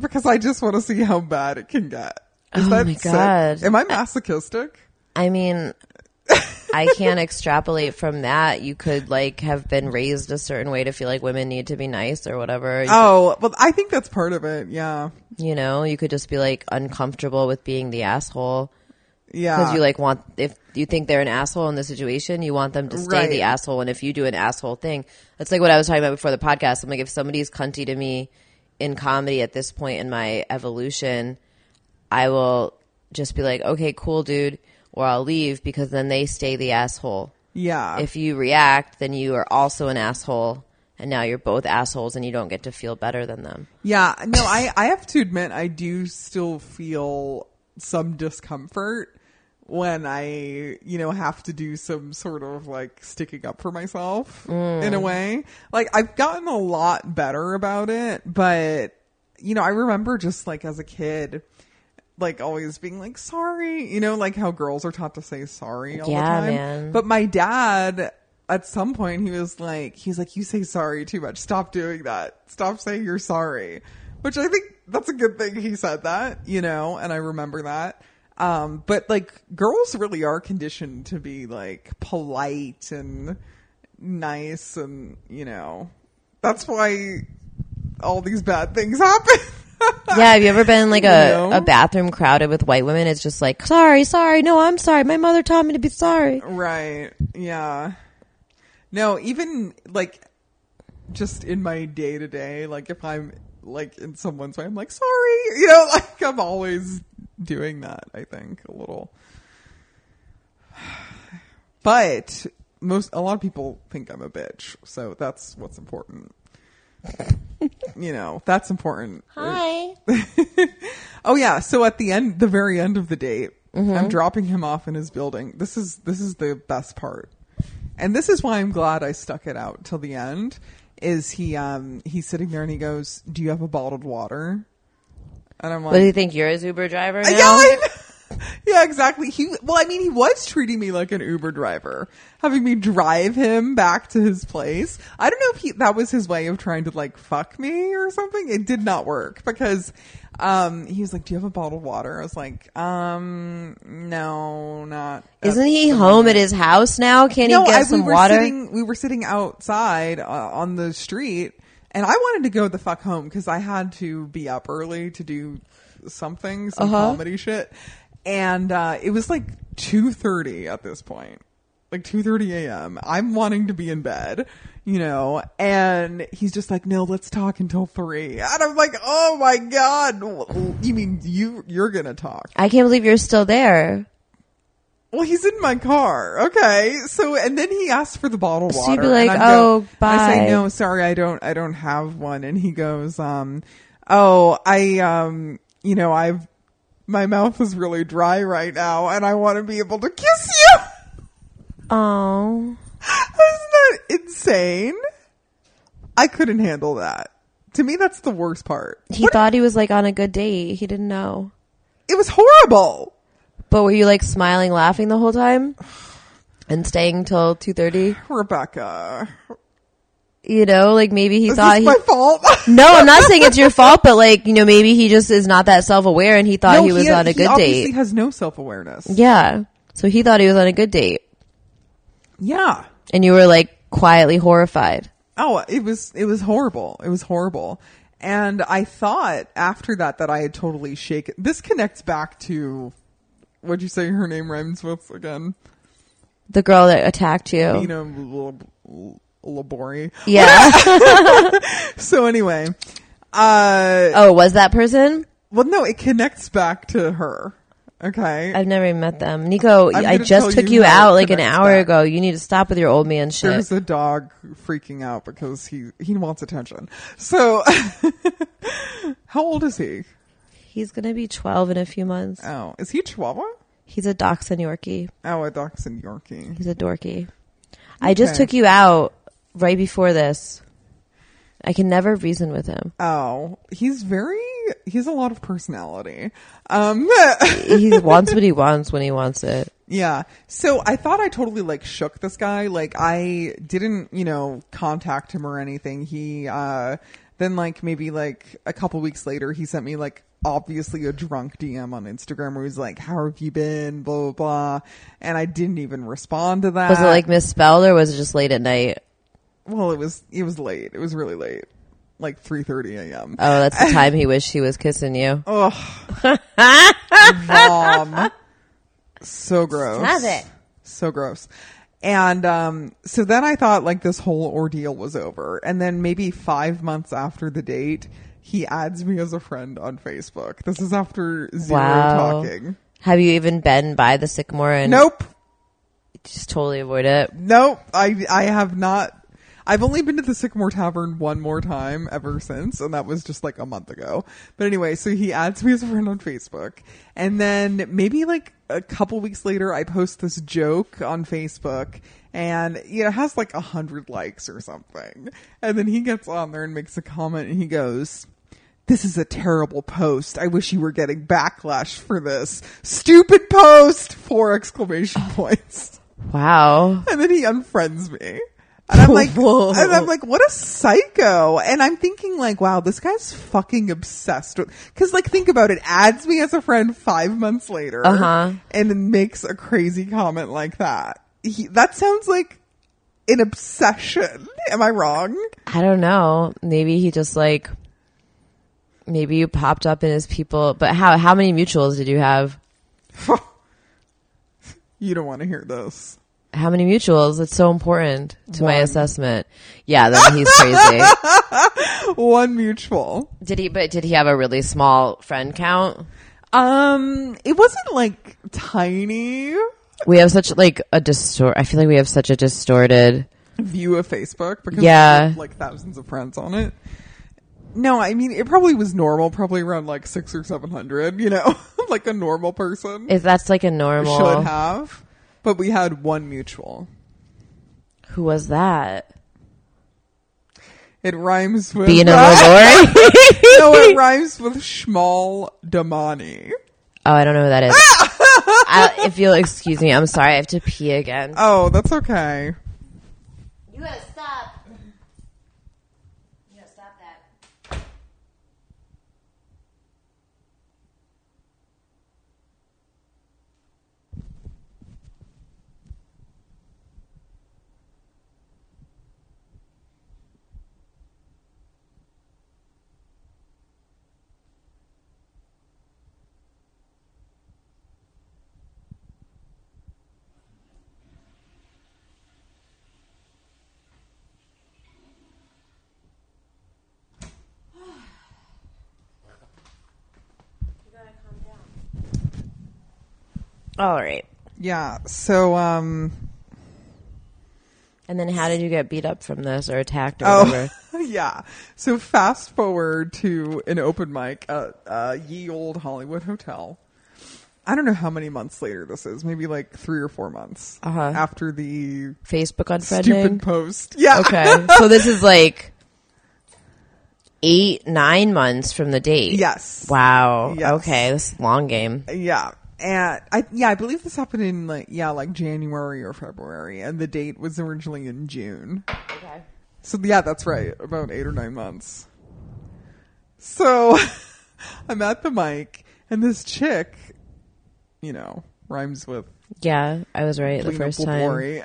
Speaker 1: Because I just want to see how bad it can get. Is
Speaker 2: Oh
Speaker 1: that
Speaker 2: my
Speaker 1: sick?
Speaker 2: God.
Speaker 1: Am I masochistic?
Speaker 2: I mean, I can't extrapolate from that. You could like have been raised a certain way to feel like women need to be nice or whatever. You,
Speaker 1: Oh, well, I think that's part of it. Yeah.
Speaker 2: you know, you could just be like uncomfortable with being the asshole.
Speaker 1: Yeah.
Speaker 2: Because you like want if you think they're an asshole in the situation, you want them to stay
Speaker 1: Right.
Speaker 2: the asshole. And if you do an asshole thing, that's like what I was talking about before the podcast. I'm like, if somebody's cunty to me in comedy at this point in my evolution, I will just be like, okay, cool, dude, or I'll leave because then they stay the asshole.
Speaker 1: yeah.
Speaker 2: If you react, then you are also an asshole, and now you're both assholes, and you don't get to feel better than them.
Speaker 1: Yeah, no, I, I have to admit, I do still feel some discomfort when I, you know, have to do some sort of like sticking up for myself in a way. Like I've gotten a lot better about it, but you know, I remember just like as a kid, like always being like sorry, you know, like how girls are taught to say sorry all
Speaker 2: Yeah,
Speaker 1: the time.
Speaker 2: man.
Speaker 1: But my dad at some point he was like he's like you say sorry too much. Stop doing that. Stop saying you're sorry. Which I think that's a good thing he said that, you know, and I remember that. Um but like girls really are conditioned to be like polite and nice and, you know, that's why all these bad things happen.
Speaker 2: Yeah, have you ever been in like a,
Speaker 1: No.
Speaker 2: a bathroom crowded with white women? It's just like, sorry, sorry, no, I'm sorry. My mother taught me to be sorry.
Speaker 1: Right. Yeah. No, even like just in my day to day, like if I'm like in someone's way, I'm like, sorry. You know, like I'm always doing that, I think, a little. But most, a lot of people think I'm a bitch. So that's what's important. you know, that's important.
Speaker 2: Hi.
Speaker 1: Oh yeah, so at the end, the very end of the date, I'm dropping him off in his building. This is this is the best part, and this is why I'm glad I stuck it out till the end. Is he um he's sitting there and he goes, "Do you have a bottled water?" And I'm like,
Speaker 2: What do you think? You're his Uber driver now?
Speaker 1: Uh, yeah, I know. yeah, exactly. He well, I mean, he was treating me like an Uber driver, having me drive him back to his place. I don't know if he that was his way of trying to like fuck me or something. It did not work because um he was like, "Do you have a bottle of water?" I was like, "Um, no, not." at
Speaker 2: Isn't he
Speaker 1: the
Speaker 2: home at his house now? Can
Speaker 1: no,
Speaker 2: not he
Speaker 1: I,
Speaker 2: get
Speaker 1: we
Speaker 2: some
Speaker 1: were
Speaker 2: water?
Speaker 1: sitting. We were sitting outside uh, on the street, and I wanted to go the fuck home because I had to be up early to do something, some
Speaker 2: Uh-huh.
Speaker 1: comedy shit. And uh, it was like two thirty at this point, like two thirty a.m. I'm wanting to be in bed, you know. And he's just like, "No, let's talk until 3. And I'm like, "Oh my god, you mean you you're gonna talk?"
Speaker 2: I can't believe you're still there.
Speaker 1: Well, he's in my car. Okay. So, and then he asked for the bottle of
Speaker 2: So
Speaker 1: water.
Speaker 2: you'd be like,
Speaker 1: and
Speaker 2: "Oh,
Speaker 1: I
Speaker 2: bye."
Speaker 1: say, no, sorry, I don't, I don't have one. And he goes, um, oh, I, um, you know, I've, my mouth is really dry right now and I want to be able to kiss you.
Speaker 2: Oh.
Speaker 1: Isn't that insane? I couldn't handle that. To me, that's the worst part.
Speaker 2: He thought he was like on a good date. He didn't know.
Speaker 1: It was horrible.
Speaker 2: But were you like smiling, laughing the whole time? And staying till 2.30?
Speaker 1: Rebecca.
Speaker 2: You know, like maybe he
Speaker 1: Is
Speaker 2: thought
Speaker 1: this
Speaker 2: he...
Speaker 1: my fault?
Speaker 2: No, I'm not saying it's your fault, but like, you know, maybe he just is not that self aware and he thought
Speaker 1: no,
Speaker 2: he was on a
Speaker 1: he
Speaker 2: good
Speaker 1: obviously
Speaker 2: date.
Speaker 1: has no self awareness.
Speaker 2: Yeah. So he thought he was on a good date
Speaker 1: Yeah.
Speaker 2: and you were like quietly horrified.
Speaker 1: Oh, it was it was horrible. It was horrible. And I thought after that that I had totally shaken. This connects back to what'd you say her name rhymes with again?
Speaker 2: The girl that attacked you.
Speaker 1: You know, Lab- Labori.
Speaker 2: yeah.
Speaker 1: So anyway, uh,
Speaker 2: oh, was that person?
Speaker 1: well, no, it connects back to her. Okay,
Speaker 2: I've never even met them. Nico,
Speaker 1: I'm
Speaker 2: I
Speaker 1: gonna
Speaker 2: just
Speaker 1: tell
Speaker 2: took
Speaker 1: you
Speaker 2: you
Speaker 1: how it
Speaker 2: out like an
Speaker 1: connects
Speaker 2: hour
Speaker 1: back.
Speaker 2: ago. You need to stop with your old man shit.
Speaker 1: there's a dog freaking out because he he wants attention. So, how old is he?
Speaker 2: He's going to be 12 in a few months.
Speaker 1: Oh, is he a Chihuahua?
Speaker 2: He's a dachshund Yorkie.
Speaker 1: Oh, a Dachshund Yorkie.
Speaker 2: He's a dorky. I just
Speaker 1: Okay.
Speaker 2: took you out right before this. I can never reason with him.
Speaker 1: Oh, he's very, he's a lot of personality. Um,
Speaker 2: He wants what he wants when he wants it.
Speaker 1: yeah. So I thought I totally like shook this guy. Like I didn't, you know, contact him or anything. He, uh, then like maybe like a couple weeks later, he sent me like obviously a drunk DM on Instagram where he's like, how have you been? Blah, blah, blah. And I didn't even respond to that.
Speaker 2: Was it like misspelled or was it just late at night?
Speaker 1: well, it was, it was late. It was really late. Like 3.30 a.m.
Speaker 2: Oh, that's the time he wished he was kissing you.
Speaker 1: Oh, Mom. so gross.
Speaker 2: Stop it.
Speaker 1: So gross. And um, so then I thought like this whole ordeal was over. And then maybe five months after the date, he adds me as a friend on Facebook. This is after zero
Speaker 2: wow.
Speaker 1: talking.
Speaker 2: Have you even been by the sycamore and
Speaker 1: Nope.
Speaker 2: just totally avoid it?
Speaker 1: Nope. I I have not. I've only been to the Sycamore Tavern one more time ever since, and that was just like a month ago. But anyway, so he adds me as a friend on Facebook, and then maybe like a couple weeks later, I post this joke on Facebook, and you know, it has like a hundred likes or something. And then he gets on there and makes a comment, and he goes. This is a terrible post. I wish you were getting backlash for this. Stupid post! Four exclamation points.
Speaker 2: Wow.
Speaker 1: And then he unfriends me. And I'm like,
Speaker 2: Whoa.
Speaker 1: and I'm like, what a psycho. And I'm thinking like, wow, this guy's fucking obsessed with, cause like think about it, adds me as a friend five months later
Speaker 2: Uh-huh.
Speaker 1: and then makes a crazy comment like that. He, that sounds like an obsession. Am I wrong?
Speaker 2: I don't know. Maybe he just like maybe you popped up in his people. But how how many mutuals did you have?
Speaker 1: you don't want to hear this.
Speaker 2: How many mutuals? It's so important to my assessment. Yeah, then he's crazy.
Speaker 1: One mutual.
Speaker 2: did he? But did he have a really small friend count?
Speaker 1: Um, it wasn't like tiny
Speaker 2: We have such like a distort. I feel like we have such a distorted.
Speaker 1: view of Facebook because
Speaker 2: Yeah.
Speaker 1: we have, like thousands of friends on it. No, I mean it probably was normal, probably around like six or seven hundred, you know, like a normal person
Speaker 2: If that's like a normal.
Speaker 1: should have. But we had one mutual.
Speaker 2: Who was that?
Speaker 1: It rhymes with
Speaker 2: Being a Lori?
Speaker 1: no, it rhymes with Shmal Damani.
Speaker 2: Oh, I don't know who that is. I, if you'll excuse me, I'm sorry. I have to pee again.
Speaker 1: Oh, that's okay.
Speaker 2: You gotta stop. You gotta stop that. All right.
Speaker 1: Yeah. So um
Speaker 2: And then how did you get beat up from this or attacked or
Speaker 1: Oh,
Speaker 2: whatever?
Speaker 1: yeah. So fast forward to an open mic at uh, Ye Old Hollywood Hotel. I don't know how many months later this is. Maybe like three or four months
Speaker 2: Uh-huh.
Speaker 1: after the
Speaker 2: Facebook on
Speaker 1: stupid
Speaker 2: friending.
Speaker 1: post. Yeah.
Speaker 2: Okay. So this is like eight, nine months from the date.
Speaker 1: Yes.
Speaker 2: Wow.
Speaker 1: Yes.
Speaker 2: Okay. This is a long game.
Speaker 1: Yeah. And I yeah, I believe this happened in like yeah, like January or February, and the date was originally in June.
Speaker 2: Okay.
Speaker 1: So yeah, that's right. About eight or nine months. So I'm at the mic and this chick, you know, rhymes with
Speaker 2: Yeah, I was right the
Speaker 1: Lena
Speaker 2: first time.
Speaker 1: Blabori,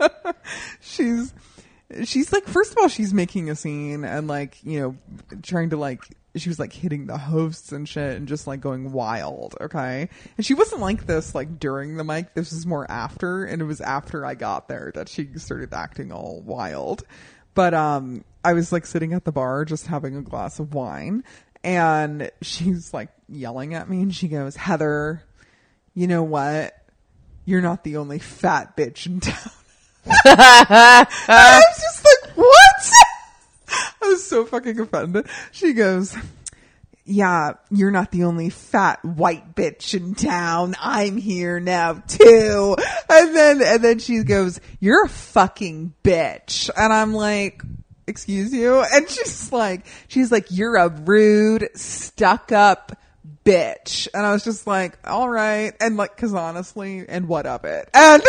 Speaker 1: And uh, she's she's like first of all she's making a scene and like, you know, trying to like she was like hitting the hosts and shit and just like going wild, okay? And she wasn't like this like during the mic. This was more after and it was after I got there that she started acting all wild. But um I was like sitting at the bar just having a glass of wine and she's like yelling at me and she goes, "Heather, you know what? You're not the only fat bitch in town. And I was just like, what? I was so fucking offended. She goes, yeah, you're not the only fat white bitch in town. I'm here now too. And then, and then she goes, you're a fucking bitch. And I'm like, excuse you? And she's like, she's like, you're a rude, stuck up bitch. And I was just like, all right. And like, cause honestly, and what of it?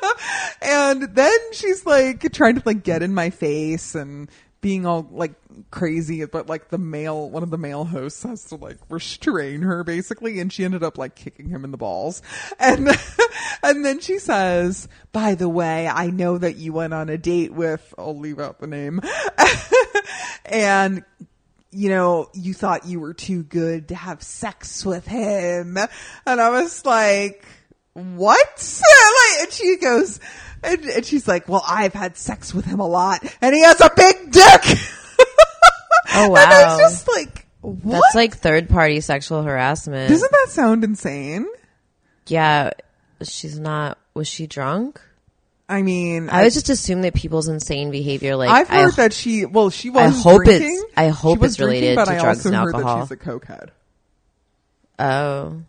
Speaker 1: And, and then she's like trying to like get in my face and being all like crazy but like the male one of the male hosts has to like restrain her basically and she ended up like kicking him in the balls and and then she says by the way i know that you went on a date with i'll leave out the name and you know, you thought you were too good to have sex with him. And I was like, what? Like, and she goes, and, and she's like, well, I've had sex with him a lot and he has a big dick.
Speaker 2: Oh
Speaker 1: And I was
Speaker 2: wow.
Speaker 1: just like, what?
Speaker 2: That's like third party sexual harassment.
Speaker 1: Doesn't that sound insane?
Speaker 2: yeah. She's not was she drunk?
Speaker 1: I mean,
Speaker 2: I always just assume that people's insane behavior, like
Speaker 1: I've
Speaker 2: I
Speaker 1: heard that she. Well, she was.
Speaker 2: I hope it's-
Speaker 1: drinking.
Speaker 2: I hope
Speaker 1: She was
Speaker 2: it's
Speaker 1: drinking,
Speaker 2: related
Speaker 1: but
Speaker 2: to
Speaker 1: I
Speaker 2: drugs
Speaker 1: also
Speaker 2: and
Speaker 1: heard
Speaker 2: alcohol.
Speaker 1: That she's a cokehead,
Speaker 2: oh,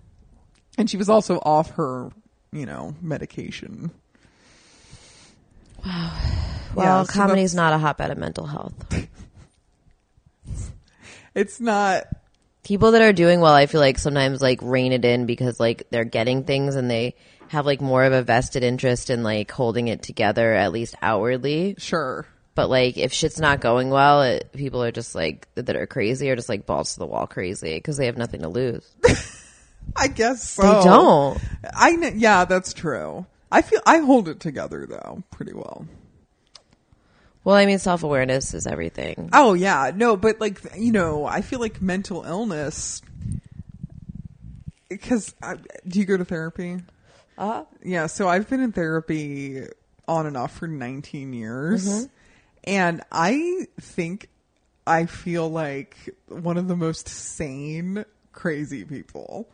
Speaker 1: and she was also off her, you know, medication.
Speaker 2: well,
Speaker 1: Yeah, so
Speaker 2: comedy
Speaker 1: that's-
Speaker 2: is not a hotbed of mental health.
Speaker 1: It's not.
Speaker 2: People that are doing well, I feel like sometimes like rein it in because like they're getting things and they have like more of a vested interest in like holding it together at least outwardly.
Speaker 1: Sure.
Speaker 2: But like if shit's not going well, it, people are just like that are crazy or just like balls to the wall crazy because they have nothing to lose.
Speaker 1: I guess so.
Speaker 2: They don't.
Speaker 1: I kn- yeah, that's true. I feel I hold it together though pretty well.
Speaker 2: Well, I mean, self awareness is everything.
Speaker 1: Oh yeah, no, but like you know, I feel like mental illness because do you go to therapy?
Speaker 2: Uh,
Speaker 1: Yeah, so I've been in therapy on and off for 19 years.
Speaker 2: Mm-hmm.
Speaker 1: And I think I feel like one of the most sane crazy people.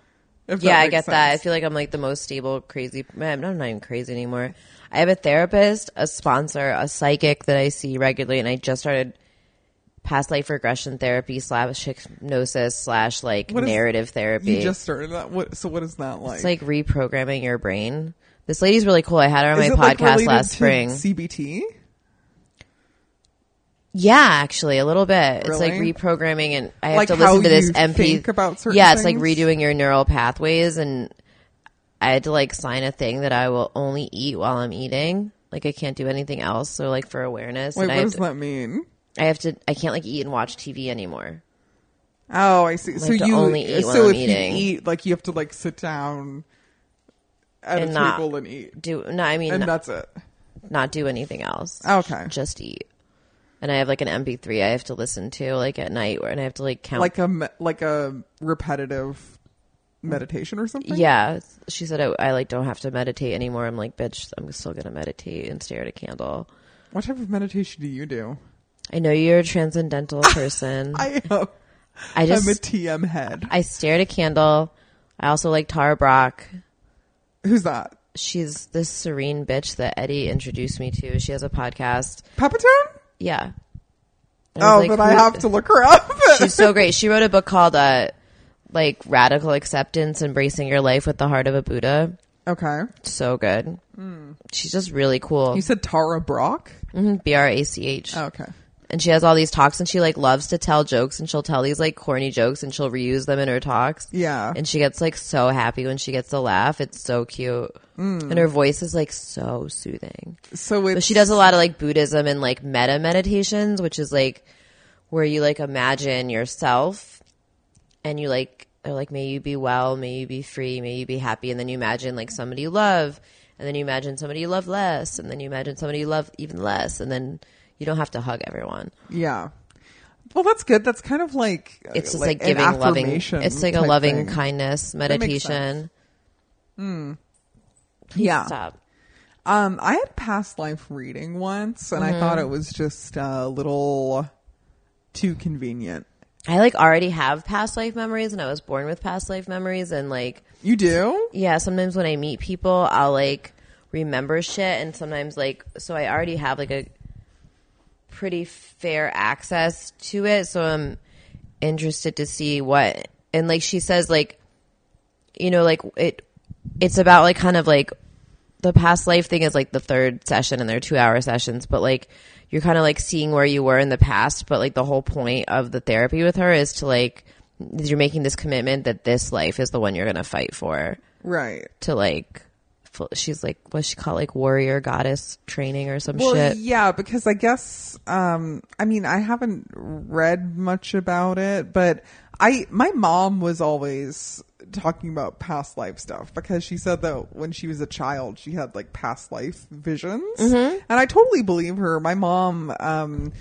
Speaker 1: if
Speaker 2: yeah, I
Speaker 1: makes
Speaker 2: get that. I
Speaker 1: sense.
Speaker 2: feel like I'm like the most stable, crazy. I'm not, I'm not even crazy anymore. I have a therapist, a sponsor, a psychic that I see regularly, and I just started past life regression therapy slash hypnosis slash like
Speaker 1: What is-
Speaker 2: narrative therapy.
Speaker 1: You just started that. What so what is that like?
Speaker 2: it's like reprogramming your brain. This lady's really cool. I had her on
Speaker 1: Is it,
Speaker 2: my
Speaker 1: like,
Speaker 2: podcast
Speaker 1: related
Speaker 2: last
Speaker 1: to
Speaker 2: spring.
Speaker 1: CBT?
Speaker 2: Yeah, actually, a little bit. It's like
Speaker 1: Really?
Speaker 2: reprogramming, and I have
Speaker 1: Like
Speaker 2: to
Speaker 1: how
Speaker 2: listen to this
Speaker 1: you
Speaker 2: MP.
Speaker 1: think about certain
Speaker 2: yeah, it's like
Speaker 1: things?
Speaker 2: redoing your neural pathways, and I had to like sign a thing that I will only eat while I'm eating. Like I can't do anything else. So like for awareness,
Speaker 1: Wait,
Speaker 2: and I
Speaker 1: what
Speaker 2: have,
Speaker 1: does
Speaker 2: to,
Speaker 1: that mean?
Speaker 2: I have to. I can't like eat and watch TV anymore.
Speaker 1: Oh, I see. So
Speaker 2: to
Speaker 1: you
Speaker 2: only eat
Speaker 1: so
Speaker 2: when
Speaker 1: if
Speaker 2: I'm
Speaker 1: you
Speaker 2: eating.
Speaker 1: eat, like you have to like sit down at
Speaker 2: And
Speaker 1: a
Speaker 2: not-
Speaker 1: table and eat,
Speaker 2: Do no, I mean
Speaker 1: and Oh.
Speaker 2: not,
Speaker 1: that's it.
Speaker 2: not do anything else.
Speaker 1: Okay.
Speaker 2: just eat. And I have like an MP3 I have to listen to like at night, where and I have to like count.
Speaker 1: Like a me- like a repetitive meditation or something.
Speaker 2: Yeah, she said "Oh, I, I like don't have to meditate anymore. I'm like, bitch, I'm still gonna meditate and stare at a candle.
Speaker 1: What type of meditation do you do?
Speaker 2: I know you're a transcendental person. I,
Speaker 1: I am. I'm a
Speaker 2: just
Speaker 1: TM head.
Speaker 2: I stare at a candle. I also like Tara Brock.
Speaker 1: Who's that?
Speaker 2: She's this serene bitch that Eddie introduced me to. She has a podcast.
Speaker 1: Pepitone?
Speaker 2: Yeah. I was
Speaker 1: Oh,
Speaker 2: like,
Speaker 1: but I
Speaker 2: who-
Speaker 1: have to look her up.
Speaker 2: She's so great. She wrote a book called uh, like Radical Acceptance: Embracing Your Life with the Heart of a Buddha.
Speaker 1: okay.
Speaker 2: So good. She's just really cool.
Speaker 1: Hmm. You said Tara Brock.
Speaker 2: Mhm, B R A C H.
Speaker 1: Okay.
Speaker 2: and she has all these talks and she like loves to tell jokes and she'll tell these like corny jokes and she'll reuse them in her talks
Speaker 1: Yeah.
Speaker 2: and she gets like so happy when she gets a laugh it's so cute and her voice is like so soothing
Speaker 1: So
Speaker 2: but
Speaker 1: Mm. it's
Speaker 2: she does a lot of like buddhism and like meta meditations which is like where you like imagine yourself and you like are like may you be well may you be free may you be happy and then you imagine like somebody you love and then you imagine somebody you love less and then you imagine somebody you love even less and then you don't have to hug everyone
Speaker 1: Yeah. Well, that's good. That's kind of like
Speaker 2: it's just like,
Speaker 1: an
Speaker 2: giving loving
Speaker 1: affirmation
Speaker 2: it's like a
Speaker 1: type
Speaker 2: loving
Speaker 1: thing.
Speaker 2: kindness meditation
Speaker 1: Yeah.
Speaker 2: stop
Speaker 1: Um, I had past life reading once, and I
Speaker 2: Mm-hmm.
Speaker 1: thought it was just a little too convenient.
Speaker 2: i like already have past life memories and i was born with past life memories and like
Speaker 1: You do?
Speaker 2: yeah sometimes when i meet people i'll like remember shit and sometimes like so i already have like a pretty fair access to it so i'm interested to see what and like she says like you know like it it's about like kind of like the past life thing is like the third session and they're two hour sessions but like you're kind of like seeing where you were in the past but like the whole point of the therapy with her is to like you're making this commitment that this life is the one you're gonna fight for
Speaker 1: Right.
Speaker 2: to like fu- she's like what she called like warrior goddess training or some
Speaker 1: Well,
Speaker 2: shit
Speaker 1: yeah, because I guess um, I mean I haven't read much about it, but I my mom was always talking about past life stuff because she said that when she was a child she had like past life visions,
Speaker 2: Mm-hmm.
Speaker 1: and I totally believe her. My mom, um,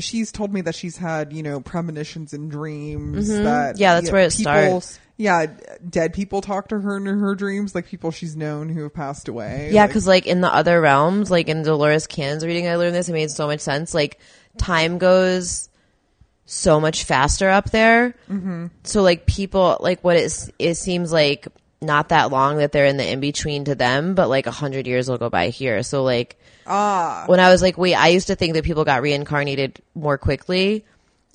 Speaker 1: she's told me that she's had you know premonitions and dreams that
Speaker 2: Mm-hmm. Yeah, that's
Speaker 1: you know,
Speaker 2: where it starts.
Speaker 1: Yeah, dead people talk to her in her dreams, like people she's known who have passed away.
Speaker 2: Yeah,
Speaker 1: like-
Speaker 2: because like in the other realms, like in Dolores Cannon's reading, I learned this. It made so much sense. Like time goes so much faster up there. Mm-hmm. So like people, like what it, it seems like not that long that they're in the in between to them, but like a hundred years will go by here. So like
Speaker 1: Ah,
Speaker 2: when I was like, wait, I used to think that people got reincarnated more quickly.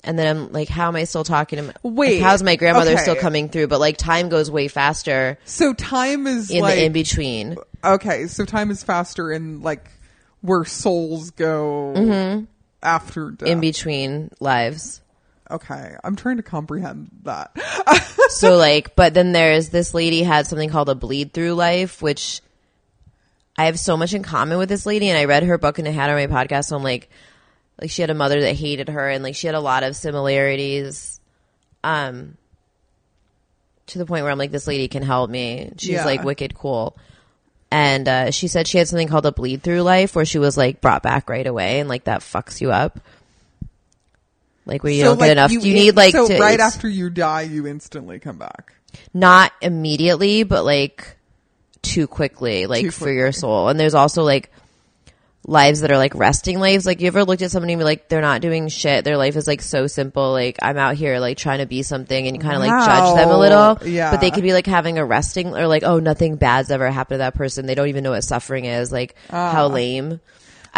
Speaker 2: And then I'm like, how am I still talking to my,
Speaker 1: Wait,
Speaker 2: like, how's my grandmother
Speaker 1: okay.
Speaker 2: still coming through? But like time goes way faster
Speaker 1: so time is
Speaker 2: in
Speaker 1: like
Speaker 2: the in between.
Speaker 1: okay, so time is faster in like where souls go after death.
Speaker 2: Mm-hmm. in between lives.
Speaker 1: okay, I'm trying to comprehend that.
Speaker 2: So like, but then there's this lady had something called a bleed through life, which I have so much in common with this lady. And I read her book and I had her on my podcast. So I'm like, like she had a mother that hated her and like she had a lot of similarities. Um, to the point where I'm like, this lady can help me. She's
Speaker 1: Yeah.
Speaker 2: like wicked cool. And uh, she said she had something called a bleed through life where she was like brought back right away and like that fucks you up. Like where you don't get enough. You, need like
Speaker 1: so
Speaker 2: to,
Speaker 1: right
Speaker 2: it's-
Speaker 1: after you die, you instantly come back.
Speaker 2: not immediately, but like too quickly, like
Speaker 1: Too
Speaker 2: for your soul. And there's also like lives that are like resting lives. Like you ever looked at somebody and be like, they're not doing shit. Their life is like so simple. Like I'm out here like trying to be something and you kind of like judge them a
Speaker 1: Wow.
Speaker 2: little.
Speaker 1: Yeah.
Speaker 2: But they could be like having a resting or like, oh, nothing bad's ever happened to that person. They don't even know what suffering is. Like how lame.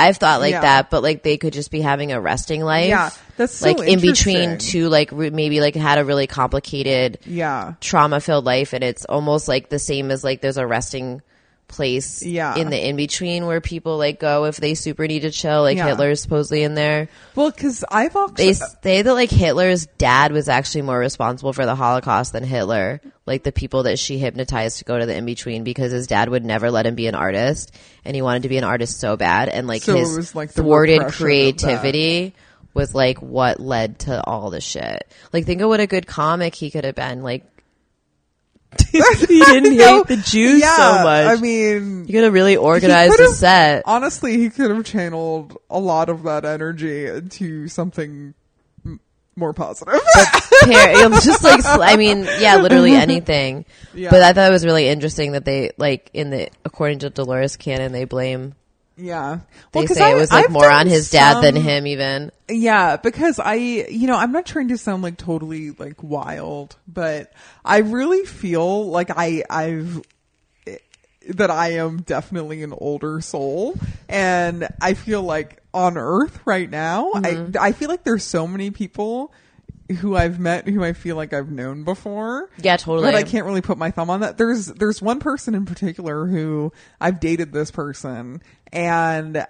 Speaker 2: I've thought like
Speaker 1: Ah. Yeah.
Speaker 2: that, but like they could just be having a resting life.
Speaker 1: Yeah, that's so
Speaker 2: like in between
Speaker 1: interesting.
Speaker 2: two, like re- maybe like had a really complicated
Speaker 1: Yeah,
Speaker 2: trauma filled life and it's almost like the same as like there's a resting place
Speaker 1: Yeah.
Speaker 2: in the in between where people like go if they super need to chill like
Speaker 1: Yeah. uh,
Speaker 2: Hitler's supposedly in there.
Speaker 1: well, because I've
Speaker 2: They
Speaker 1: actually
Speaker 2: say that like Hitler's dad was actually more responsible for the Holocaust than Hitler, like the people that she hypnotized to go to the in between because his dad would never let him be an artist and he wanted to be an artist so bad and like
Speaker 1: So it
Speaker 2: his
Speaker 1: was, like, the
Speaker 2: thwarted
Speaker 1: repression of that.
Speaker 2: creativity was like what led to all the shit. Like think of what a good comic he could have been. Like he didn't
Speaker 1: No,
Speaker 2: hate the Jews
Speaker 1: yeah,
Speaker 2: so much.
Speaker 1: I mean,
Speaker 2: you could have really organized
Speaker 1: could've-
Speaker 2: the set.
Speaker 1: honestly, he could have channeled a lot of that energy into something m- more positive.
Speaker 2: Par- it was just like sl- I mean, yeah, literally anything.
Speaker 1: Yeah.
Speaker 2: But I thought it was really interesting that they like in the according to Dolores Cannon, they blame
Speaker 1: yeah,
Speaker 2: they
Speaker 1: well, 'cause
Speaker 2: say
Speaker 1: I-
Speaker 2: it was like
Speaker 1: I've
Speaker 2: more
Speaker 1: done
Speaker 2: on his dad than
Speaker 1: some-
Speaker 2: him even.
Speaker 1: Yeah, because I, you know, I'm not trying to sound like totally like wild, but I really feel like I, I've, eh, that I am definitely an older soul. And I feel like on earth right now,
Speaker 2: Mm-hmm.
Speaker 1: I, I feel like there's so many people who I've met who I feel like I've known before.
Speaker 2: Yeah, totally.
Speaker 1: But I can't really put my thumb on that. There's there's one person in particular who I've dated this person and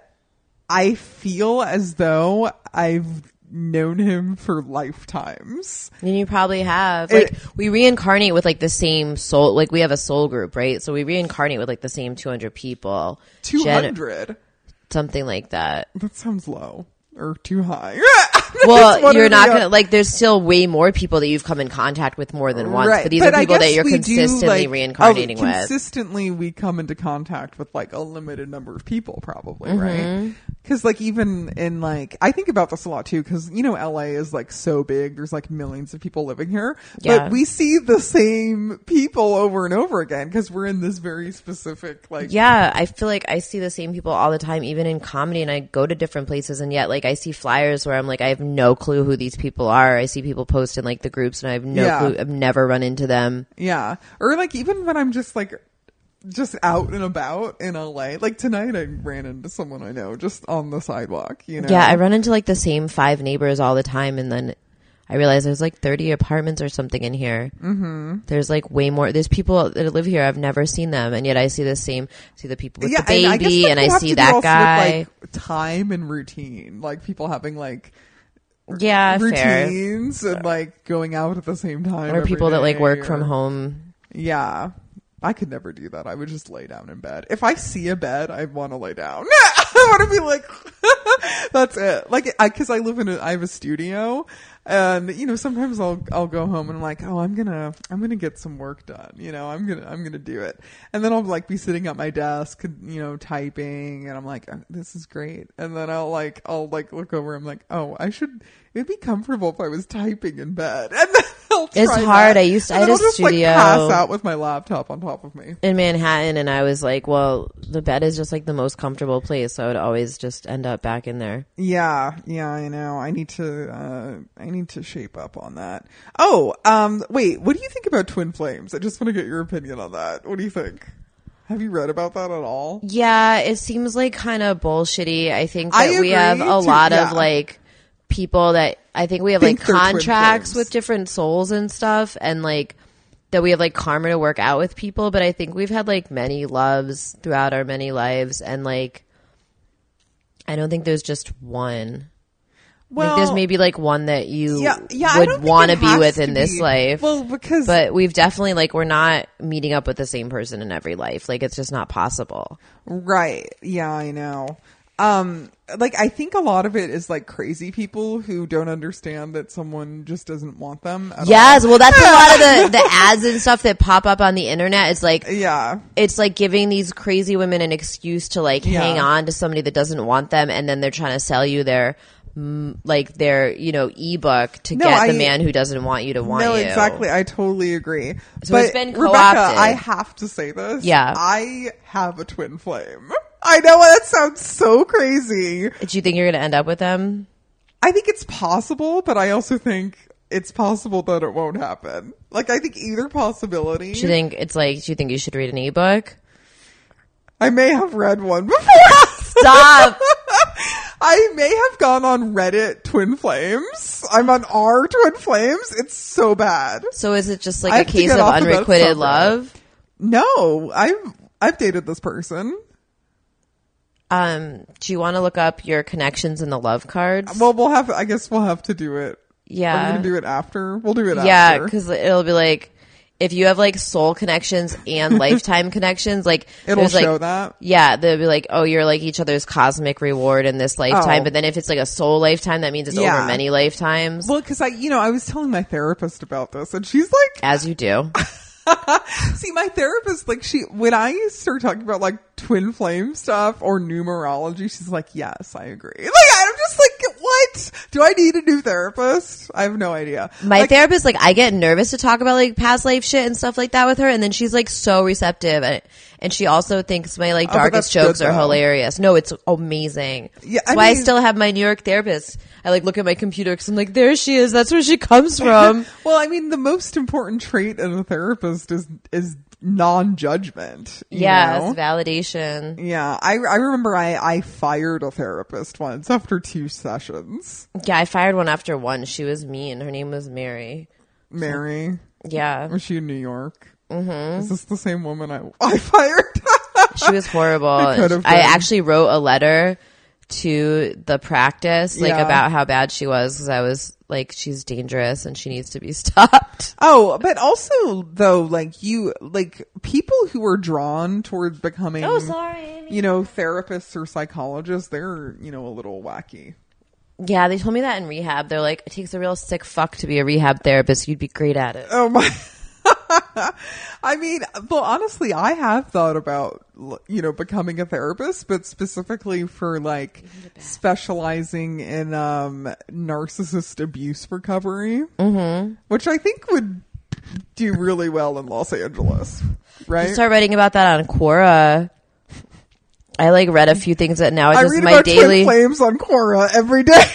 Speaker 1: I feel as though I've known him for lifetimes.
Speaker 2: And you probably have like
Speaker 1: It-
Speaker 2: we reincarnate with like the same soul like we have a soul group, right? So we reincarnate with like the same two hundred people. Gen-
Speaker 1: 200.
Speaker 2: something like that.
Speaker 1: that sounds low or too high. It's
Speaker 2: Well,
Speaker 1: one or
Speaker 2: you're
Speaker 1: the
Speaker 2: not
Speaker 1: other.
Speaker 2: gonna like. There's still way more people that you've come in contact with more than once,
Speaker 1: Right,
Speaker 2: but these
Speaker 1: but
Speaker 2: are
Speaker 1: I
Speaker 2: people that
Speaker 1: guess
Speaker 2: you're
Speaker 1: we do,
Speaker 2: consistently
Speaker 1: like- oh,
Speaker 2: reincarnating with.
Speaker 1: Consistently, we come into contact with like a limited number of people, probably
Speaker 2: Mm-hmm.
Speaker 1: right? Because like even in like I think about this a lot too, because you know LA is like so big. There's like millions of people living here,
Speaker 2: Yeah.
Speaker 1: but we see the same people over and over again because we're in this very specific like
Speaker 2: Yeah, I feel like I see the same people all the time, even in comedy, and I go to different places, and yet like I see flyers where I'm like, I have no clue who these people are. I see people post in like the groups, and I have no
Speaker 1: Yeah.
Speaker 2: clue. I've never run into them.
Speaker 1: Yeah. Or like even when I'm just like just out and about in LA. Like tonight I ran into someone I know just on the sidewalk, you know.
Speaker 2: Yeah, I run into like the same five neighbors all the time, and then I realize there's like 30 apartments or something in here. Mm-hmm. There's like way more. There's people that live here. I've never seen them, and yet I see the same. See the people with the baby,
Speaker 1: that
Speaker 2: and I,
Speaker 1: could have
Speaker 2: see
Speaker 1: to do
Speaker 2: that
Speaker 1: also
Speaker 2: guy.
Speaker 1: With, like time and routine. Like people having like
Speaker 2: yeah, Uh, fair.
Speaker 1: routines and like going out at the same time.
Speaker 2: Or
Speaker 1: every
Speaker 2: people that like
Speaker 1: day
Speaker 2: work
Speaker 1: or-
Speaker 2: from home.
Speaker 1: Yeah. I could never do that. I would just lay down in bed. If I see a bed, I want to lay down. I want to be like, that's it. Like, I, cause I live in a, I have a studio and, you know, sometimes I'll, I'll go home and I'm like, oh, I'm gonna, I'm gonna get some work done. You know, I'm gonna, I'm gonna do it. And then I'll like be sitting at my desk, you know, typing and I'm like, oh, this is great. And then I'll like, I'll like look over. I'm like, oh, I should, it'd be comfortable if I was typing in bed. And then I'll try
Speaker 2: It's hard.
Speaker 1: that.
Speaker 2: I used to-
Speaker 1: And
Speaker 2: I
Speaker 1: then
Speaker 2: had a
Speaker 1: I'll just, like,
Speaker 2: studio.
Speaker 1: pass out with my laptop on top of me.
Speaker 2: in Manhattan and I was like, well, the bed is just like the most comfortable place. So I would always just end up back in there.
Speaker 1: Yeah, yeah, I know. I need to uh I need to shape up on that. Oh, um wait, what do you think about twin flames? I just want to get your opinion on that. What do you think? Have you read about that at all?
Speaker 2: Yeah, it seems like kind of bullshitty. I think
Speaker 1: I
Speaker 2: that we have a
Speaker 1: agree, too.
Speaker 2: lot
Speaker 1: Yeah.
Speaker 2: of like people that I think we have
Speaker 1: Think
Speaker 2: like
Speaker 1: they're twin
Speaker 2: contracts
Speaker 1: flames.
Speaker 2: with different souls and stuff and like that we have like karma to work out with people, but I think we've had like many loves throughout our many lives and like I don't think there's just one.
Speaker 1: Well,
Speaker 2: like there's maybe like one that you
Speaker 1: yeah, yeah, I don't
Speaker 2: would
Speaker 1: think
Speaker 2: want to
Speaker 1: it
Speaker 2: be
Speaker 1: has
Speaker 2: with
Speaker 1: to
Speaker 2: in this
Speaker 1: be.
Speaker 2: life.
Speaker 1: Well, because
Speaker 2: but we've definitely like we're not meeting up with the same person in every life. Like it's just not possible.
Speaker 1: Right. Yeah, I know. Um, like I think a lot of it is like crazy people who don't understand that someone just doesn't want them. At
Speaker 2: Yes, well that's a lot of the the ads and stuff that pop up on the internet. It's like
Speaker 1: All. Yeah.
Speaker 2: it's like giving these crazy women an excuse to like
Speaker 1: Yeah.
Speaker 2: hang on to somebody that doesn't want them and then they're trying to sell you their mm, like their, you know, ebook to
Speaker 1: No,
Speaker 2: get
Speaker 1: I-
Speaker 2: the man who doesn't want you to want
Speaker 1: No,
Speaker 2: you.
Speaker 1: exactly. I totally agree.
Speaker 2: So
Speaker 1: but
Speaker 2: it's been
Speaker 1: Rebecca,
Speaker 2: co-opted.
Speaker 1: I have to say this.
Speaker 2: Yeah.
Speaker 1: I have a twin flame. I know that sounds so crazy.
Speaker 2: Do you think you're going to end up with them?
Speaker 1: I think it's possible, but I also think it's possible that it won't happen. Like I think either possibility.
Speaker 2: Do you think it's like do you think you should read an ebook?
Speaker 1: I may have read one before.
Speaker 2: Stop.
Speaker 1: I may have gone on Reddit Twin Flames. I'm on R Twin Flames. It's so bad.
Speaker 2: so is it just
Speaker 1: I
Speaker 2: like a
Speaker 1: have to
Speaker 2: case
Speaker 1: get
Speaker 2: of
Speaker 1: off of that
Speaker 2: unrequited
Speaker 1: subreddit.
Speaker 2: love?
Speaker 1: No, I've I've dated this person.
Speaker 2: Um, do you want to look up your connections in the love cards?
Speaker 1: Well, we'll have. I guess we'll have to do it. Are we
Speaker 2: yeah,
Speaker 1: gonna do it after? We'll do it
Speaker 2: yeah,
Speaker 1: after.
Speaker 2: because it'll be like if you have like soul connections and lifetime connections, like
Speaker 1: it'll
Speaker 2: there's, like,
Speaker 1: show that.
Speaker 2: Yeah, they'll be like, oh, you're like each other's cosmic reward in this lifetime.
Speaker 1: Oh.
Speaker 2: But then if it's like a soul lifetime, that means it's
Speaker 1: Yeah.
Speaker 2: over many lifetimes,
Speaker 1: Well, because I, you know, I was telling my therapist about this, and she's like,
Speaker 2: as you do.
Speaker 1: See, my therapist, like, she, when I start talking about, like, twin flame stuff or numerology, she's like, yes, I agree. Like, I'm just like, what? Do I need a new therapist? I have no idea.
Speaker 2: My
Speaker 1: like,
Speaker 2: therapist, like, I get nervous to talk about like past life shit and stuff like that with her, and then she's like so receptive, and and she also thinks my like
Speaker 1: Oh, but
Speaker 2: darkest
Speaker 1: that's good,
Speaker 2: jokes are
Speaker 1: though.
Speaker 2: hilarious. No, it's amazing.
Speaker 1: Yeah,
Speaker 2: That's
Speaker 1: I
Speaker 2: why I
Speaker 1: mean-
Speaker 2: still have my New York therapist. I like look at my computer because I'm like, there she is. That's where she comes from.
Speaker 1: well, I mean, the most important trait in a therapist is, is non-judgment. you
Speaker 2: yes,
Speaker 1: know?
Speaker 2: validation.
Speaker 1: Yeah. I, I remember I, I fired a therapist once after two sessions.
Speaker 2: Yeah, I fired one after one. She was mean. Her name was Mary.
Speaker 1: Mary,
Speaker 2: Yeah,
Speaker 1: was she in New York? Mm-hmm. Is this the same woman I, I fired?
Speaker 2: she was horrible.
Speaker 1: could have
Speaker 2: I
Speaker 1: been.
Speaker 2: actually wrote a letter to the practice, like
Speaker 1: Yeah.
Speaker 2: about how bad she was, because I was like, she's dangerous and she needs to be stopped.
Speaker 1: Oh, but also though, like you, like people who are drawn towards becoming,
Speaker 2: Oh, sorry.
Speaker 1: you know, therapists or psychologists, they're you know a little wacky.
Speaker 2: Yeah, they told me that in rehab. They're like, it takes a real sick fuck to be a rehab therapist. You'd be great at it.
Speaker 1: Oh my! I mean, well, honestly, I have thought about l- you know becoming a therapist, but specifically for like specializing in um narcissist abuse recovery, mm-hmm. which I think would do really well in Los Angeles, right?
Speaker 2: Start writing about that on Quora. I like read a few things that now it's
Speaker 1: I
Speaker 2: just
Speaker 1: read
Speaker 2: my
Speaker 1: about
Speaker 2: daily.
Speaker 1: twin flames on Quora every day.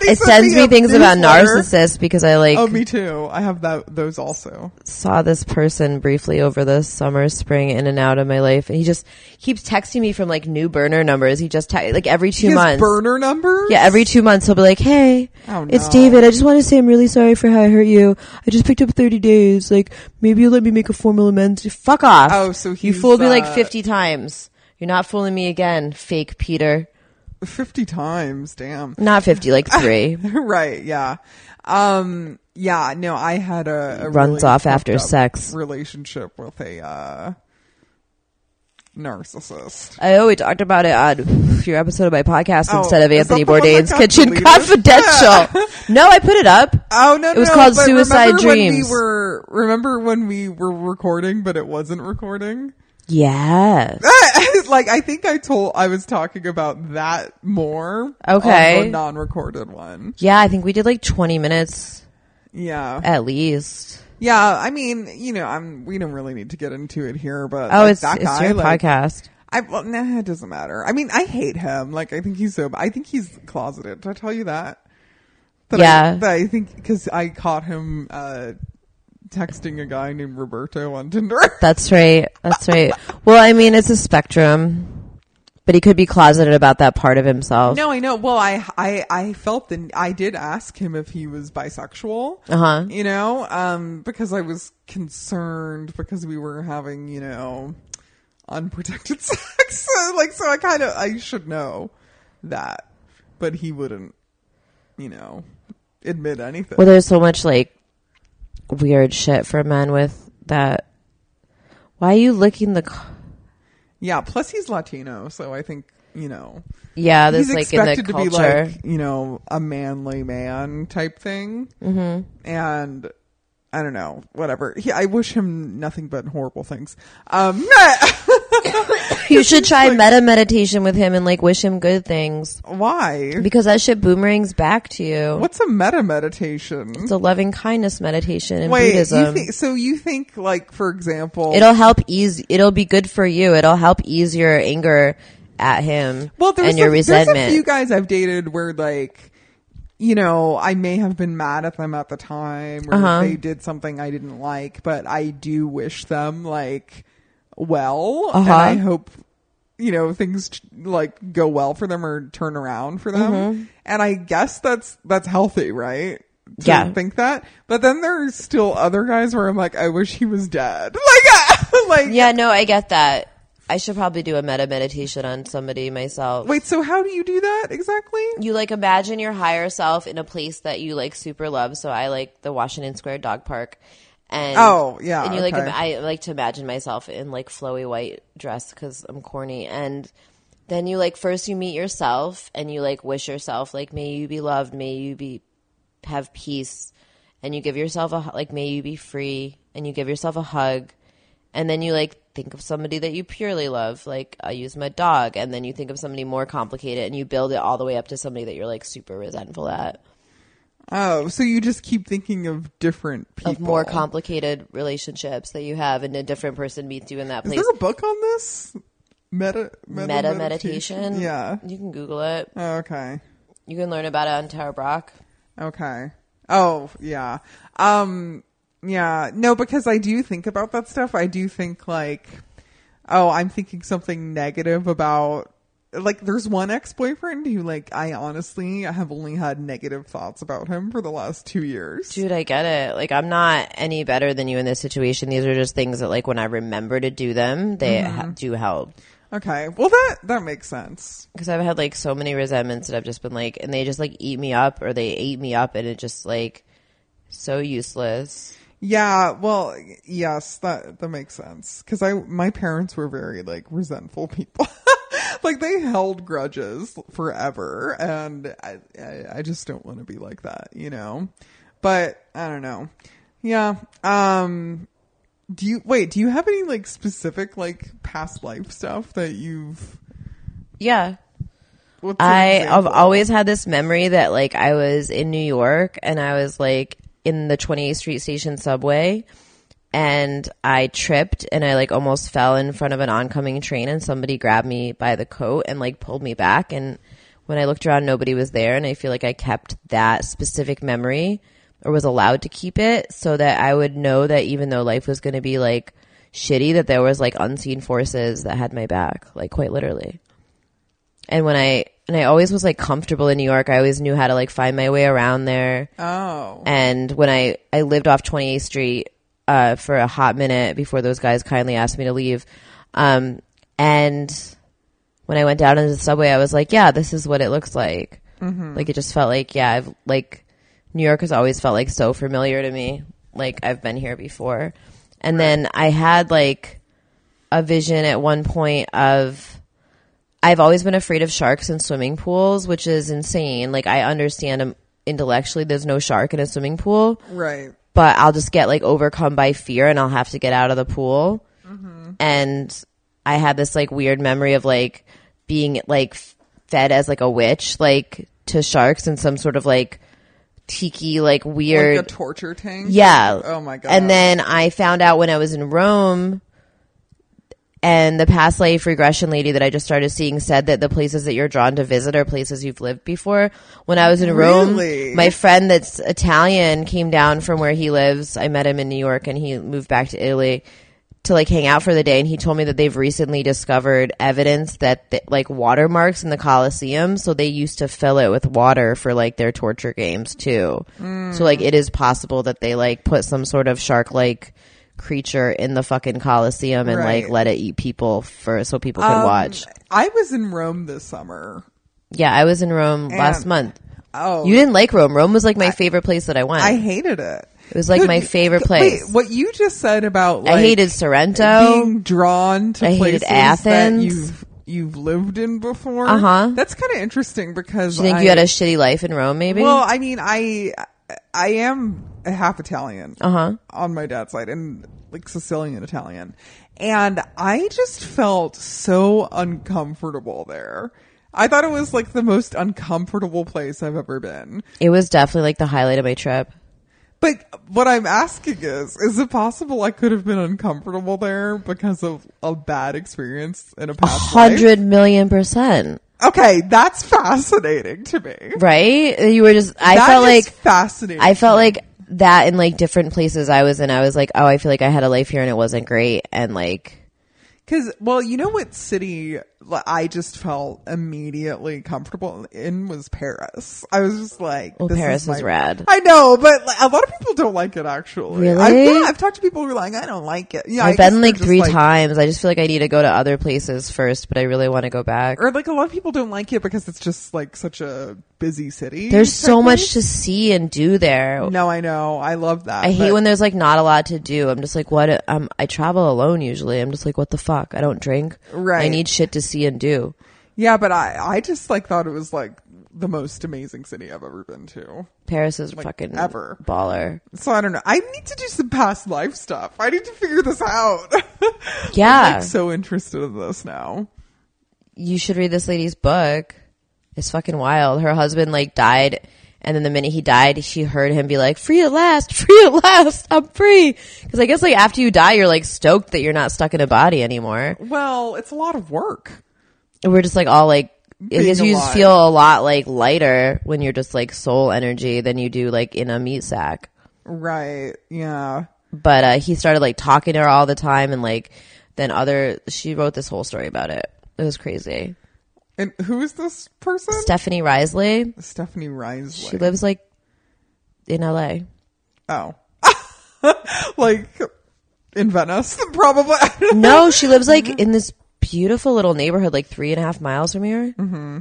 Speaker 1: They
Speaker 2: It
Speaker 1: send
Speaker 2: sends me
Speaker 1: a
Speaker 2: things about
Speaker 1: newsletter.
Speaker 2: narcissists because I like
Speaker 1: Oh, me too. I have that those also.
Speaker 2: saw this person briefly over the summer, spring, in and out of my life, and he just keeps texting me from like new burner numbers. He just te- like every two
Speaker 1: His
Speaker 2: months.
Speaker 1: burner numbers.
Speaker 2: yeah, every two months he'll be like, "Hey,
Speaker 1: Oh,
Speaker 2: it's
Speaker 1: no.
Speaker 2: David. I just want to say I'm really sorry for how I hurt you. I just picked up 30 days. Like, maybe you'll let me make a formal amends. Fuck off.
Speaker 1: Oh, so
Speaker 2: you
Speaker 1: he's,
Speaker 2: fooled me like
Speaker 1: uh,
Speaker 2: 50 times. You're not fooling me again, fake Peter.
Speaker 1: fifty times. Damn.
Speaker 2: Not 50, like three.
Speaker 1: right. Yeah. Um. Yeah. No, I had a, a really
Speaker 2: Runs off after
Speaker 1: fucked up
Speaker 2: sex.
Speaker 1: relationship with a uh, narcissist.
Speaker 2: I always talked about it on your episode of my podcast
Speaker 1: Oh,
Speaker 2: instead of
Speaker 1: is
Speaker 2: Anthony
Speaker 1: that the one that
Speaker 2: Bourdain's
Speaker 1: got
Speaker 2: Kitchen
Speaker 1: deleted?
Speaker 2: Confidential. no, I put it up.
Speaker 1: Oh no!
Speaker 2: It was
Speaker 1: no,
Speaker 2: called
Speaker 1: but
Speaker 2: Suicide
Speaker 1: remember when
Speaker 2: Dreams.
Speaker 1: we were remember when we were recording, but it wasn't recording.
Speaker 2: Yes.
Speaker 1: like I think I told I was talking about that more.
Speaker 2: Okay.
Speaker 1: on the non-recorded one.
Speaker 2: Yeah, I think we did like 20 minutes
Speaker 1: Yeah.
Speaker 2: at least.
Speaker 1: Yeah. I mean, you know, I'm, we don't really need to get into it here, but
Speaker 2: Oh,
Speaker 1: like,
Speaker 2: it's
Speaker 1: that
Speaker 2: it's
Speaker 1: guy,
Speaker 2: your
Speaker 1: like,
Speaker 2: podcast.
Speaker 1: I, well, nah, it doesn't matter. I mean, I hate him. Like, I think he's so, I think he's closeted. Did I tell you that? That
Speaker 2: Yeah.
Speaker 1: I, that I think, cause I caught him, uh, texting a guy named Roberto on Tinder.
Speaker 2: That's right. That's right. well, I mean, it's a spectrum, but he could be closeted about that part of himself.
Speaker 1: No, I know. Well, I, I, I felt the, I did ask him if he was bisexual.
Speaker 2: Uh-huh.
Speaker 1: You know, um, because I was concerned because we were having, you know, unprotected sex. So, like, so I kind of, I should know that, but he wouldn't, you know, admit anything.
Speaker 2: Well, there's so much like weird shit for men with that. Why are you licking the? c
Speaker 1: yeah. Plus he's Latino. So I think, you know,
Speaker 2: Yeah, there's
Speaker 1: he's
Speaker 2: like in the
Speaker 1: expected
Speaker 2: culture.
Speaker 1: to be like you know a manly man type thing mm-hmm. and i don't know whatever he, i wish him nothing but horrible things um
Speaker 2: you should try meta meditation with him and like wish him good things
Speaker 1: why
Speaker 2: because that shit boomerangs back to you.
Speaker 1: what's a meta meditation
Speaker 2: It's a loving kindness meditation in
Speaker 1: wait you
Speaker 2: Buddhism.
Speaker 1: think, so you think like for example
Speaker 2: it'll help ease. It'll be good for you. It'll help ease your anger at him
Speaker 1: well there's,
Speaker 2: and your
Speaker 1: a,
Speaker 2: resentment.
Speaker 1: there's a few guys i've dated where like you know, I may have been mad at them at the time or
Speaker 2: Uh-huh.
Speaker 1: they did something I didn't like, but I do wish them like well and
Speaker 2: Uh-huh.
Speaker 1: I hope you know things ch- like go well for them or turn around for them.
Speaker 2: Mm-hmm.
Speaker 1: And I guess that's that's healthy, right? To
Speaker 2: Yeah.
Speaker 1: think that. But then there's still other guys where I'm like I wish he was dead. Like like
Speaker 2: yeah, no, I get that. I should probably do a meta meditation on somebody myself.
Speaker 1: wait, so how do you do that exactly?
Speaker 2: you like imagine your higher self in a place that you like super love. So I like the Washington Square Dog Park, and
Speaker 1: Oh, yeah,
Speaker 2: and you like
Speaker 1: okay.
Speaker 2: im- I like to imagine myself in like flowy white dress because I'm corny, and then you like first you meet yourself and you like wish yourself like may you be loved, may you be have peace, and you give yourself a hu- like may you be free, and you give yourself a hug, and then you like think of somebody that you purely love like i use my dog and then you think of somebody more complicated and you build it all the way up to somebody that you're like super resentful at
Speaker 1: Oh, so you just keep thinking of different people.
Speaker 2: of more complicated relationships that you have and a different person meets you in that
Speaker 1: Is
Speaker 2: place
Speaker 1: there a book on this? Meta meta,
Speaker 2: meta meditation
Speaker 1: Yeah. Oh,
Speaker 2: you can google it
Speaker 1: Okay.
Speaker 2: you can learn about it on tara brock
Speaker 1: Okay. Oh, yeah. Um yeah, no because I do think about that stuff. I do think like oh, I'm thinking something negative about like there's one ex-boyfriend who like I honestly have only had negative thoughts about him for the last 2 years.
Speaker 2: dude i get it like i'm not any better than you in this situation these are just things that like when i remember to do them they ha- do help
Speaker 1: Okay. Well that that makes sense.
Speaker 2: because I've had like so many resentments that I've just been like, and they just like eat me up or they ate me up, and it just like so useless.
Speaker 1: Yeah, well, yes, that that makes sense cuz I my parents were very like resentful people. like they held grudges forever and I I, I just don't want to be like that, you know. But I don't know. Yeah. Um do you wait, do you have any like specific like past life stuff that you've
Speaker 2: Yeah,
Speaker 1: what's an
Speaker 2: I I've
Speaker 1: example?
Speaker 2: always had this memory that like I was in New York and I was like in the 28th Street Station subway, and I tripped and I like almost fell in front of an oncoming train, and somebody grabbed me by the coat and like pulled me back and. When I looked around, nobody was there, and I feel like I kept that specific memory or was allowed to keep it so that I would know that even though life was going to be like shitty, that there was like unseen forces that had my back, like quite literally. And when I, and I always was like comfortable in New York, I always knew how to like find my way around there.
Speaker 1: Oh.
Speaker 2: And when I, I lived off 28th Street, uh, for a hot minute before those guys kindly asked me to leave. Um, and when I went down into the subway, I was like, yeah, this is what it looks like. Like it just felt like, yeah, I've like New York has always felt like so familiar to me. Like I've been here before. And then I had like a vision at one point of I've always been afraid of sharks in swimming pools, which is insane. Like I understand um, intellectually there's no shark in a swimming pool,
Speaker 1: Right.
Speaker 2: but I'll just get like overcome by fear and I'll have to get out of the pool. And I had this like weird memory of like being like f- fed as like a witch, like to sharks in some sort of like tiki like
Speaker 1: Like
Speaker 2: weird
Speaker 1: a torture tank.
Speaker 2: yeah.
Speaker 1: Oh my god.
Speaker 2: And then I found out when I was in Rome and the past life regression lady that I just started seeing said that the places that you're drawn to visit are places you've lived before. When I was in Rome,
Speaker 1: Really?
Speaker 2: my friend that's Italian came down from where he lives. I met him in New York and he moved back to Italy to like hang out for the day and he told me that they've recently discovered evidence that th- like watermarks in the Colosseum so they used to fill it with water for like their torture games too. So like it is possible that they like put some sort of shark like creature in the fucking Colosseum and like
Speaker 1: Right. Um,
Speaker 2: let it eat people for so people could watch.
Speaker 1: I was in Rome this summer.
Speaker 2: Yeah, I was in Rome last month.
Speaker 1: Oh,
Speaker 2: You didn't like Rome. Rome was like my favorite place that I went.
Speaker 1: I
Speaker 2: I,
Speaker 1: hated it. It
Speaker 2: was, like, my favorite place.
Speaker 1: Wait, what you just said about like,
Speaker 2: hated Sorrento.
Speaker 1: being drawn to
Speaker 2: I hated
Speaker 1: places that
Speaker 2: Athens.
Speaker 1: you've you've lived in before.
Speaker 2: Uh-huh.
Speaker 1: That's kind of interesting because
Speaker 2: Do you think
Speaker 1: I,
Speaker 2: you had a shitty life in Rome maybe?
Speaker 1: well, I mean, I I am a half Italian
Speaker 2: Uh-huh.
Speaker 1: on my dad's side and like Sicilian Italian, and I just felt so uncomfortable there. I thought it was like the most uncomfortable place I've ever been.
Speaker 2: it was definitely like the highlight of my trip.
Speaker 1: But what I'm asking is, is it possible I could have been uncomfortable there because of a bad experience in a past life?
Speaker 2: Hundred million percent.
Speaker 1: Okay, that's fascinating to me.
Speaker 2: Right? You were just I
Speaker 1: That
Speaker 2: felt
Speaker 1: is
Speaker 2: like
Speaker 1: fascinating.
Speaker 2: I felt like that in like different places I was in. I was like, oh, I feel like I had a life here and it wasn't great. And like,
Speaker 1: Because, well, you know what city li- I just felt immediately comfortable in was Paris. I was just like,
Speaker 2: Well,
Speaker 1: this
Speaker 2: Paris
Speaker 1: my-
Speaker 2: is rad.
Speaker 1: I know, but like, a lot of people don't like it, actually. I've,
Speaker 2: Really?
Speaker 1: yeah, I've talked to people who are like, I don't like it. Yeah, I
Speaker 2: I've
Speaker 1: guess
Speaker 2: been
Speaker 1: they're
Speaker 2: like
Speaker 1: just
Speaker 2: three times. I just feel like I need to go to other places first, but I really want to go back.
Speaker 1: Or like a lot of people don't like it because it's just like such a busy city.
Speaker 2: There's so
Speaker 1: type
Speaker 2: much
Speaker 1: thing.
Speaker 2: to see and do there.
Speaker 1: No, I know. I love that.
Speaker 2: I hate
Speaker 1: but-
Speaker 2: when there's like not a lot to do. I'm just like, what? Um, I travel alone usually. I'm just like, what the fuck? I don't drink. I
Speaker 1: Right.
Speaker 2: need shit to see and do.
Speaker 1: Yeah, but I I just like thought it was like the most amazing city I've ever been to.
Speaker 2: Paris is fucking
Speaker 1: ever.
Speaker 2: baller.
Speaker 1: So I don't know. I need to do some past life stuff. I need to figure this out.
Speaker 2: Yeah.
Speaker 1: I'm like, so interested in this now.
Speaker 2: you should read this lady's book. It's fucking wild. Her husband like died, and then the minute he died, she heard him be like, "Free at last, free at last, I'm free." Because I guess like after you die, you're like stoked that you're not stuck in a body anymore.
Speaker 1: Well, it's a lot of work.
Speaker 2: And we're just like all like, I
Speaker 1: Being
Speaker 2: guess you just
Speaker 1: alive.
Speaker 2: feel a lot like lighter when you're just like soul energy than you do like in a meat sack.
Speaker 1: Right. Yeah.
Speaker 2: But uh, he started like talking to her all the time, and like then other she wrote this whole story about it. It was crazy.
Speaker 1: And who is this person?
Speaker 2: Stephanie Risley,
Speaker 1: Stephanie Risley.
Speaker 2: she lives like in L.A.
Speaker 1: oh. like in Venice, probably.
Speaker 2: No, she lives like
Speaker 1: Mm-hmm.
Speaker 2: in this beautiful little neighborhood, like three and a half miles from here. Mm-hmm.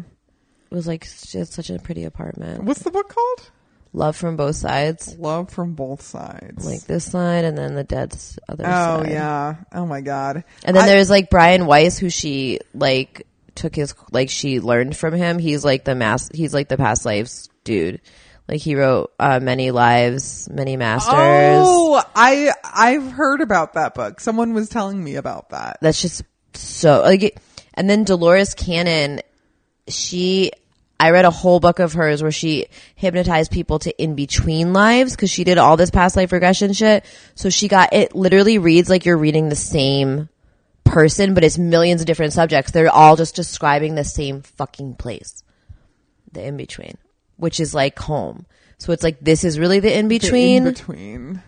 Speaker 2: It was like she had such a pretty apartment.
Speaker 1: What's the book called?
Speaker 2: Love from both sides,
Speaker 1: Love from Both Sides.
Speaker 2: like this side and then the dead's other
Speaker 1: oh
Speaker 2: side.
Speaker 1: yeah. Oh my god.
Speaker 2: And then
Speaker 1: I-
Speaker 2: there's like Brian Weiss, who she like took his like she learned from him. He's like the mass. He's like the past lives dude. Like he wrote uh, many lives, many masters.
Speaker 1: Oh, I I've heard about that book. Someone was telling me about that.
Speaker 2: that's just so like it- and then Dolores Cannon she I read a whole book of hers where she hypnotized people to in between lives cuz she did all this past life regression shit so she got it literally reads like you're reading the same person but it's millions of different subjects they're all just describing the same fucking place the in between which is like home so it's like this is really the in
Speaker 1: in
Speaker 2: between
Speaker 1: between.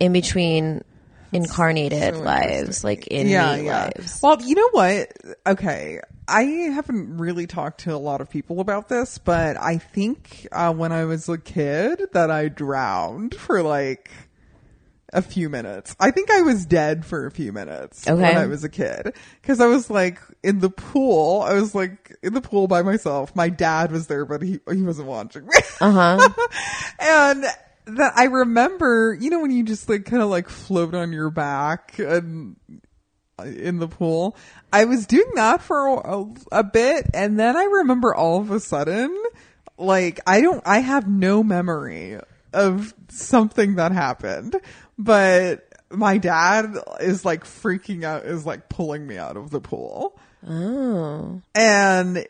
Speaker 2: in between incarnated lives like in
Speaker 1: Yeah,
Speaker 2: me
Speaker 1: yeah.
Speaker 2: lives
Speaker 1: Well, you know what? Okay, I haven't really talked to a lot of people about this, but I think uh, when I was a kid that I drowned for like a few minutes. I think I was dead for a few minutes
Speaker 2: Okay.
Speaker 1: when I was a kid because I was like in the pool. I was like in the pool by myself. My dad was there, but he he wasn't watching me. and that I remember, you know, when you just like kind of like float on your back and in the pool. I was doing that for a, a bit, and then I remember all of a sudden, like I don't, I have no memory of something that happened, but my dad is like freaking out, is like pulling me out of the pool,
Speaker 2: Oh.
Speaker 1: and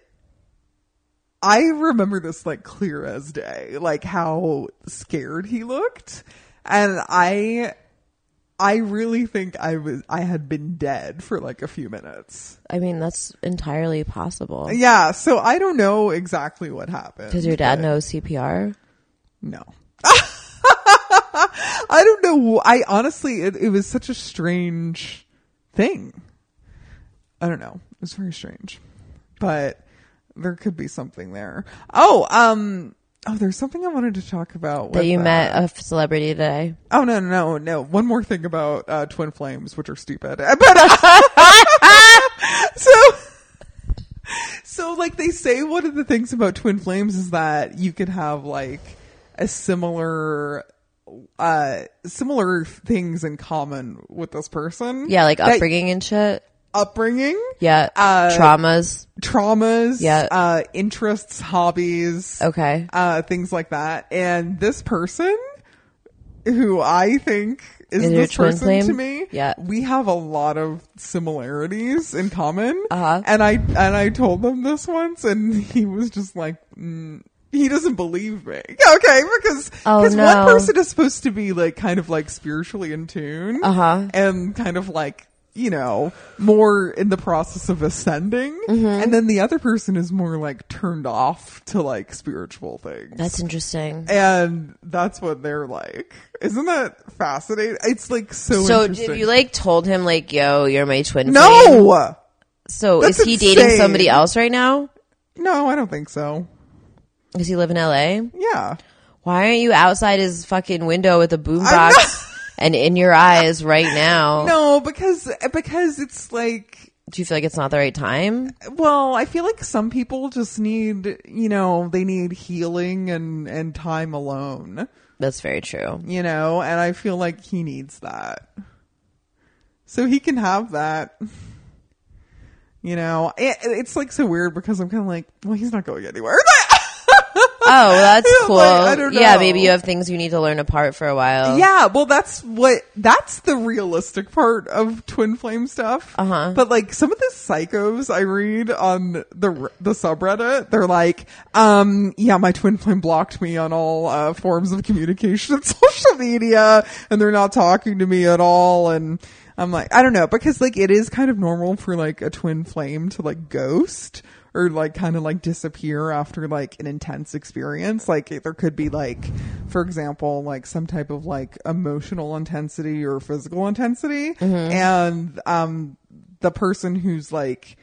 Speaker 1: I remember this like clear as day, like how scared he looked. And I, I really think I was, I had been dead for like a few minutes.
Speaker 2: I mean, that's entirely possible.
Speaker 1: Yeah. So I don't know exactly what happened.
Speaker 2: Does your dad know CPR?
Speaker 1: No. I don't know. I honestly, it, it was such a strange thing. I don't know. It was very strange, but there could be something there. Oh, um, oh, there's something I wanted to talk about.
Speaker 2: That
Speaker 1: with,
Speaker 2: you
Speaker 1: uh,
Speaker 2: met a f- celebrity today?
Speaker 1: Oh no, no, no, no. One more thing about uh, twin flames, which are stupid. Uh, But uh, so, so like they say, one of the things about twin flames is that you could have like a similar, uh, similar things in common with this person.
Speaker 2: Yeah, like
Speaker 1: That-
Speaker 2: upbringing and shit.
Speaker 1: upbringing,
Speaker 2: Yeah.
Speaker 1: Uh,
Speaker 2: Traumas.
Speaker 1: traumas,
Speaker 2: Yeah. Oh,
Speaker 1: uh, interests, hobbies,
Speaker 2: Okay.
Speaker 1: uh, things like that. And this person, who I think is
Speaker 2: Is your
Speaker 1: this
Speaker 2: twin
Speaker 1: person
Speaker 2: flame?
Speaker 1: to me,
Speaker 2: Yeah.
Speaker 1: we have a lot of similarities in common.
Speaker 2: Uh-huh.
Speaker 1: And I and I told him this once, and he was just like. Mm, he doesn't believe me. Okay, because
Speaker 2: Oh,
Speaker 1: because
Speaker 2: no.
Speaker 1: one person is supposed to be like kind of like spiritually in tune,
Speaker 2: Uh-huh.
Speaker 1: and kind of like you know more in the process of ascending,
Speaker 2: Mm-hmm.
Speaker 1: and then the other person is more like turned off to like spiritual things
Speaker 2: That's interesting.
Speaker 1: and that's what they're like. Isn't that fascinating? It's like so.
Speaker 2: So,
Speaker 1: interesting.
Speaker 2: if you like told him like, "Yo, you're my twin"? flame?
Speaker 1: no,
Speaker 2: So,
Speaker 1: That's
Speaker 2: is he dating
Speaker 1: insane.
Speaker 2: somebody else right now?
Speaker 1: no, I don't think so.
Speaker 2: Does he live in L.A.?
Speaker 1: Yeah,
Speaker 2: Why aren't you outside his fucking window with a
Speaker 1: not-
Speaker 2: boombox and in your eyes right now?
Speaker 1: no, because because it's like.
Speaker 2: Do you feel like it's not the right time?
Speaker 1: Well, I feel like some people just need, you know, they need healing and and time alone,
Speaker 2: That's very true.
Speaker 1: you know, and I feel like he needs that. So he can have that. You know, it, it's like so weird because I'm kind of like, well, he's not going anywhere.
Speaker 2: Oh, well, that's
Speaker 1: Yeah,
Speaker 2: cool.
Speaker 1: like, I don't
Speaker 2: Yeah,
Speaker 1: know.
Speaker 2: maybe you have things you need to learn apart for a while.
Speaker 1: Yeah, well, that's what that's the realistic part of twin flame stuff.
Speaker 2: Uh-huh.
Speaker 1: But like some of the psychos I read on the the subreddit, they're like, um, yeah, my twin flame blocked me on all uh, forms of communication and social media, and they're not talking to me at all. And I'm like, I don't know, because like it is kind of normal for like a twin flame to like ghost. Or like kind of like disappear after like an intense experience. Like it- there could be like, for example, like some type of like emotional intensity or physical intensity. And, um, the person who's like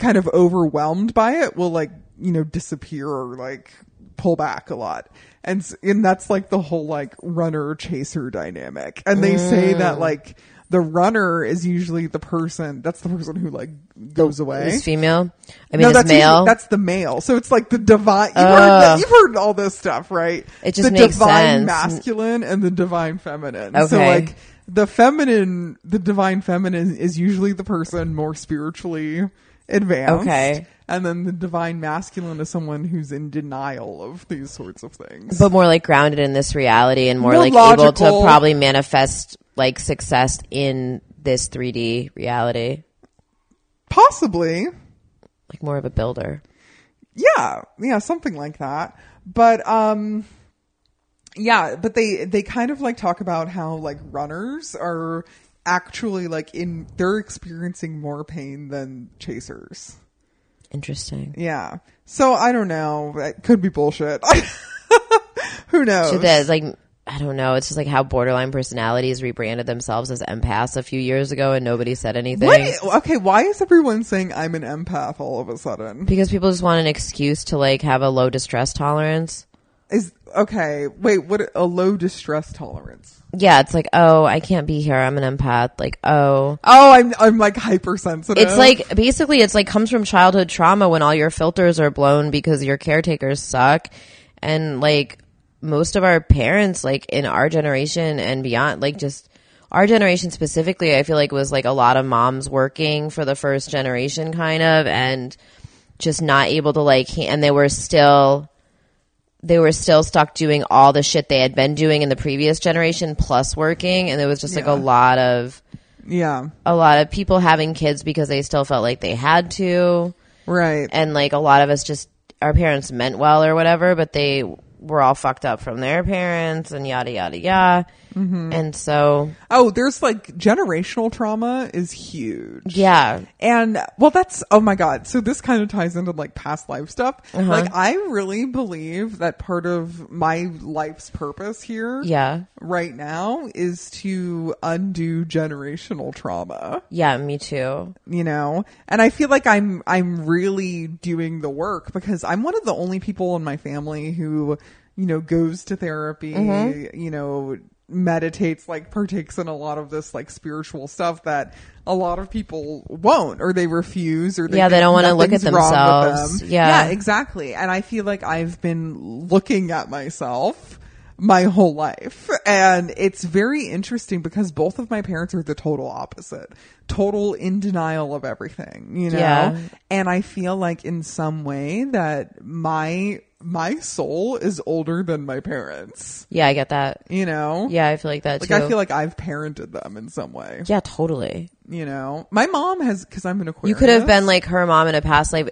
Speaker 1: kind of overwhelmed by it will like you know disappear or like pull back a lot and s- and that's like the whole like runner chaser dynamic and they say that like the runner is usually the person that's the person who like goes away
Speaker 2: This female. I mean, this
Speaker 1: that's
Speaker 2: male.
Speaker 1: usually- that's the male. So it's like the divine. You've,
Speaker 2: Oh.
Speaker 1: heard, that- you've heard all this stuff, right?
Speaker 2: It just
Speaker 1: the
Speaker 2: makes
Speaker 1: divine
Speaker 2: sense.
Speaker 1: masculine and the divine feminine. So
Speaker 2: Okay.
Speaker 1: like the feminine, the divine feminine is usually the person more spiritually advanced.
Speaker 2: Okay.
Speaker 1: And then the divine masculine is someone who's in denial of these sorts of things.
Speaker 2: but more like grounded in this reality and more,
Speaker 1: More
Speaker 2: like able
Speaker 1: logical.
Speaker 2: to probably manifest like success in this 3D reality.
Speaker 1: Possibly.
Speaker 2: Like more of a builder.
Speaker 1: yeah yeah something like that but um yeah but they they kind of like talk about how like runners are actually like in they're experiencing more pain than chasers
Speaker 2: Interesting.
Speaker 1: yeah so i don't know it could be bullshit who knows
Speaker 2: So that is like I don't know. It's just like how borderline personalities rebranded themselves as empaths a few years ago, and nobody said anything.
Speaker 1: what, okay why is everyone saying i'm an empath all of a sudden
Speaker 2: Because people just want an excuse to like have a low distress tolerance.
Speaker 1: is okay wait what a low distress tolerance
Speaker 2: Yeah, it's like, oh, I can't be here. I'm an empath. Like, oh.
Speaker 1: oh i'm i'm like hypersensitive
Speaker 2: It's like basically it's like comes from childhood trauma when all your filters are blown because your caretakers suck and like most of our parents like in our generation and beyond like just our generation specifically I feel like was like a lot of moms working for the first generation kind of and just not able to like ha- and they were still they were still stuck doing all the shit they had been doing in the previous generation plus working and there was just like
Speaker 1: Yeah.
Speaker 2: a lot of
Speaker 1: yeah
Speaker 2: a lot of people having kids because they still felt like they had to
Speaker 1: right
Speaker 2: and like a lot of us just our parents meant well or whatever, but they were all fucked up from their parents and yada yada yada. And so,
Speaker 1: Oh, there's like generational trauma is huge.
Speaker 2: yeah,
Speaker 1: And well, that's, oh my God. So this kind of ties into like past life stuff. Like I really believe that part of my life's purpose here
Speaker 2: yeah,
Speaker 1: right now is to undo generational trauma,
Speaker 2: yeah, me too.
Speaker 1: you know? And I feel like I'm, I'm really doing the work because I'm one of the only people in my family who, you know, goes to therapy,
Speaker 2: Mm-hmm.
Speaker 1: you know, meditates, like partakes in a lot of this like spiritual stuff that a lot of people won't or they refuse or they
Speaker 2: Yeah, they
Speaker 1: think
Speaker 2: don't wanna look at
Speaker 1: nothing's wrong with
Speaker 2: themselves.
Speaker 1: them.
Speaker 2: Yeah.
Speaker 1: yeah, exactly. And I feel like I've been looking at myself my whole life. And it's very interesting because both of my parents are the total opposite. Total in denial of everything, you know?
Speaker 2: Yeah.
Speaker 1: And I feel like in some way that my my soul is older than my parents,
Speaker 2: Yeah, I get that.
Speaker 1: you know?
Speaker 2: Yeah, I feel like that
Speaker 1: Like
Speaker 2: too.
Speaker 1: I feel like I've parented them in some way,
Speaker 2: yeah, totally.
Speaker 1: you know. My mom has because I'm an
Speaker 2: You
Speaker 1: Aquarius.
Speaker 2: could have been like her mom in a past life.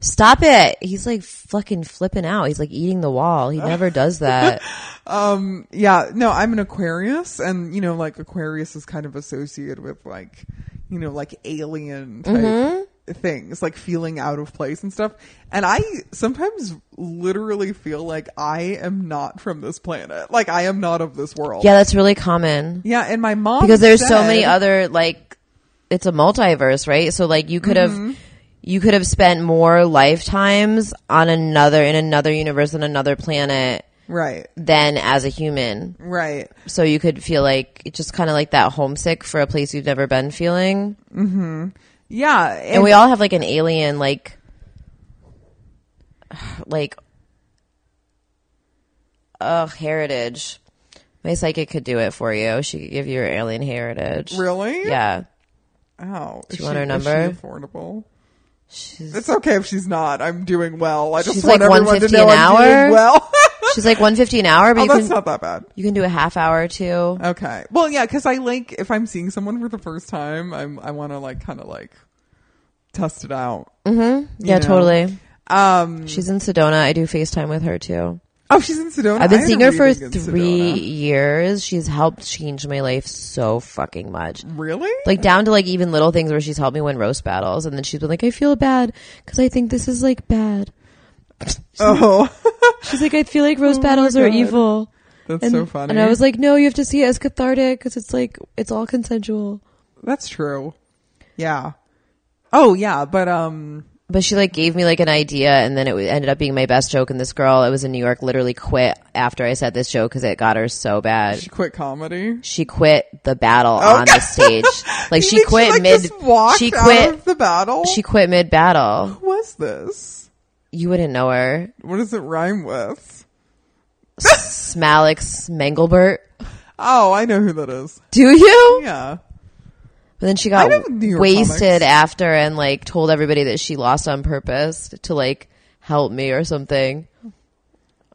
Speaker 2: Stop it. He's like fucking flipping out. He's like eating the wall. He never does that.
Speaker 1: yeah no i'm an aquarius and you know like aquarius is kind of associated with like you know like alien type
Speaker 2: Mm-hmm.
Speaker 1: things like feeling out of place and stuff and i sometimes literally feel like i am not from this planet like i am not of this world
Speaker 2: yeah, that's really common.
Speaker 1: yeah and my mom
Speaker 2: because there's so
Speaker 1: said-
Speaker 2: many other like it's a multiverse right so like you could have
Speaker 1: Mm-hmm.
Speaker 2: you could have spent more lifetimes on another in another universe and another planet
Speaker 1: right
Speaker 2: than as a human
Speaker 1: right
Speaker 2: so you could feel like it's just kind of like that homesick for a place you've never been feeling
Speaker 1: yeah
Speaker 2: and we all have like an alien like like oh heritage my psychic could do it for you she could give you your alien heritage
Speaker 1: really
Speaker 2: yeah
Speaker 1: oh is
Speaker 2: you want
Speaker 1: she-
Speaker 2: her
Speaker 1: is she
Speaker 2: number?
Speaker 1: affordable
Speaker 2: she's
Speaker 1: it's okay if she's not i'm doing well i just
Speaker 2: She's
Speaker 1: want
Speaker 2: like
Speaker 1: everyone to
Speaker 2: 150
Speaker 1: know i'm
Speaker 2: an hour?
Speaker 1: doing well
Speaker 2: She's like one fifty an hour, but
Speaker 1: oh
Speaker 2: you
Speaker 1: that's
Speaker 2: can
Speaker 1: not that bad
Speaker 2: you can do a half hour or two.
Speaker 1: Okay. Well, yeah, because I like if I'm seeing someone for the first time, I'm I want to like kind of like test it out.
Speaker 2: yeah,
Speaker 1: know.
Speaker 2: totally.
Speaker 1: Um.
Speaker 2: She's in Sedona. I do FaceTime with her too.
Speaker 1: Oh, she's in Sedona.
Speaker 2: I've been
Speaker 1: I had
Speaker 2: seeing
Speaker 1: a
Speaker 2: her for
Speaker 1: reading in
Speaker 2: three
Speaker 1: Sedona.
Speaker 2: years. She's helped change my life so fucking much.
Speaker 1: Really?
Speaker 2: Like down to like even little things where she's helped me win roast battles, and then she's been like, "I feel bad because I think this is like bad."
Speaker 1: oh,
Speaker 2: She's like, "I feel like roast
Speaker 1: Oh my
Speaker 2: battles are
Speaker 1: God.
Speaker 2: evil."
Speaker 1: that's
Speaker 2: And,
Speaker 1: so funny.
Speaker 2: And I was like, "No, you have to see it as cathartic because it's like it's all consensual."
Speaker 1: that's true. Yeah. Oh, yeah. But um.
Speaker 2: but she like gave me like an idea and then it w- ended up being my best joke and this girl it was in new york literally quit after i said this joke because it got her so bad
Speaker 1: She quit comedy.
Speaker 2: she quit the battle on the stage like
Speaker 1: You
Speaker 2: she
Speaker 1: think
Speaker 2: quit
Speaker 1: like,
Speaker 2: mid
Speaker 1: just walked
Speaker 2: she
Speaker 1: out
Speaker 2: quit
Speaker 1: of the battle.
Speaker 2: she quit mid battle
Speaker 1: Who was this?
Speaker 2: you wouldn't know her
Speaker 1: What does it rhyme with?
Speaker 2: smalix mengelbert
Speaker 1: Oh, I know who that is.
Speaker 2: do you
Speaker 1: Yeah.
Speaker 2: but then she
Speaker 1: I
Speaker 2: got
Speaker 1: know New York
Speaker 2: wasted
Speaker 1: comics.
Speaker 2: after and like told everybody that she lost on purpose to like help me or something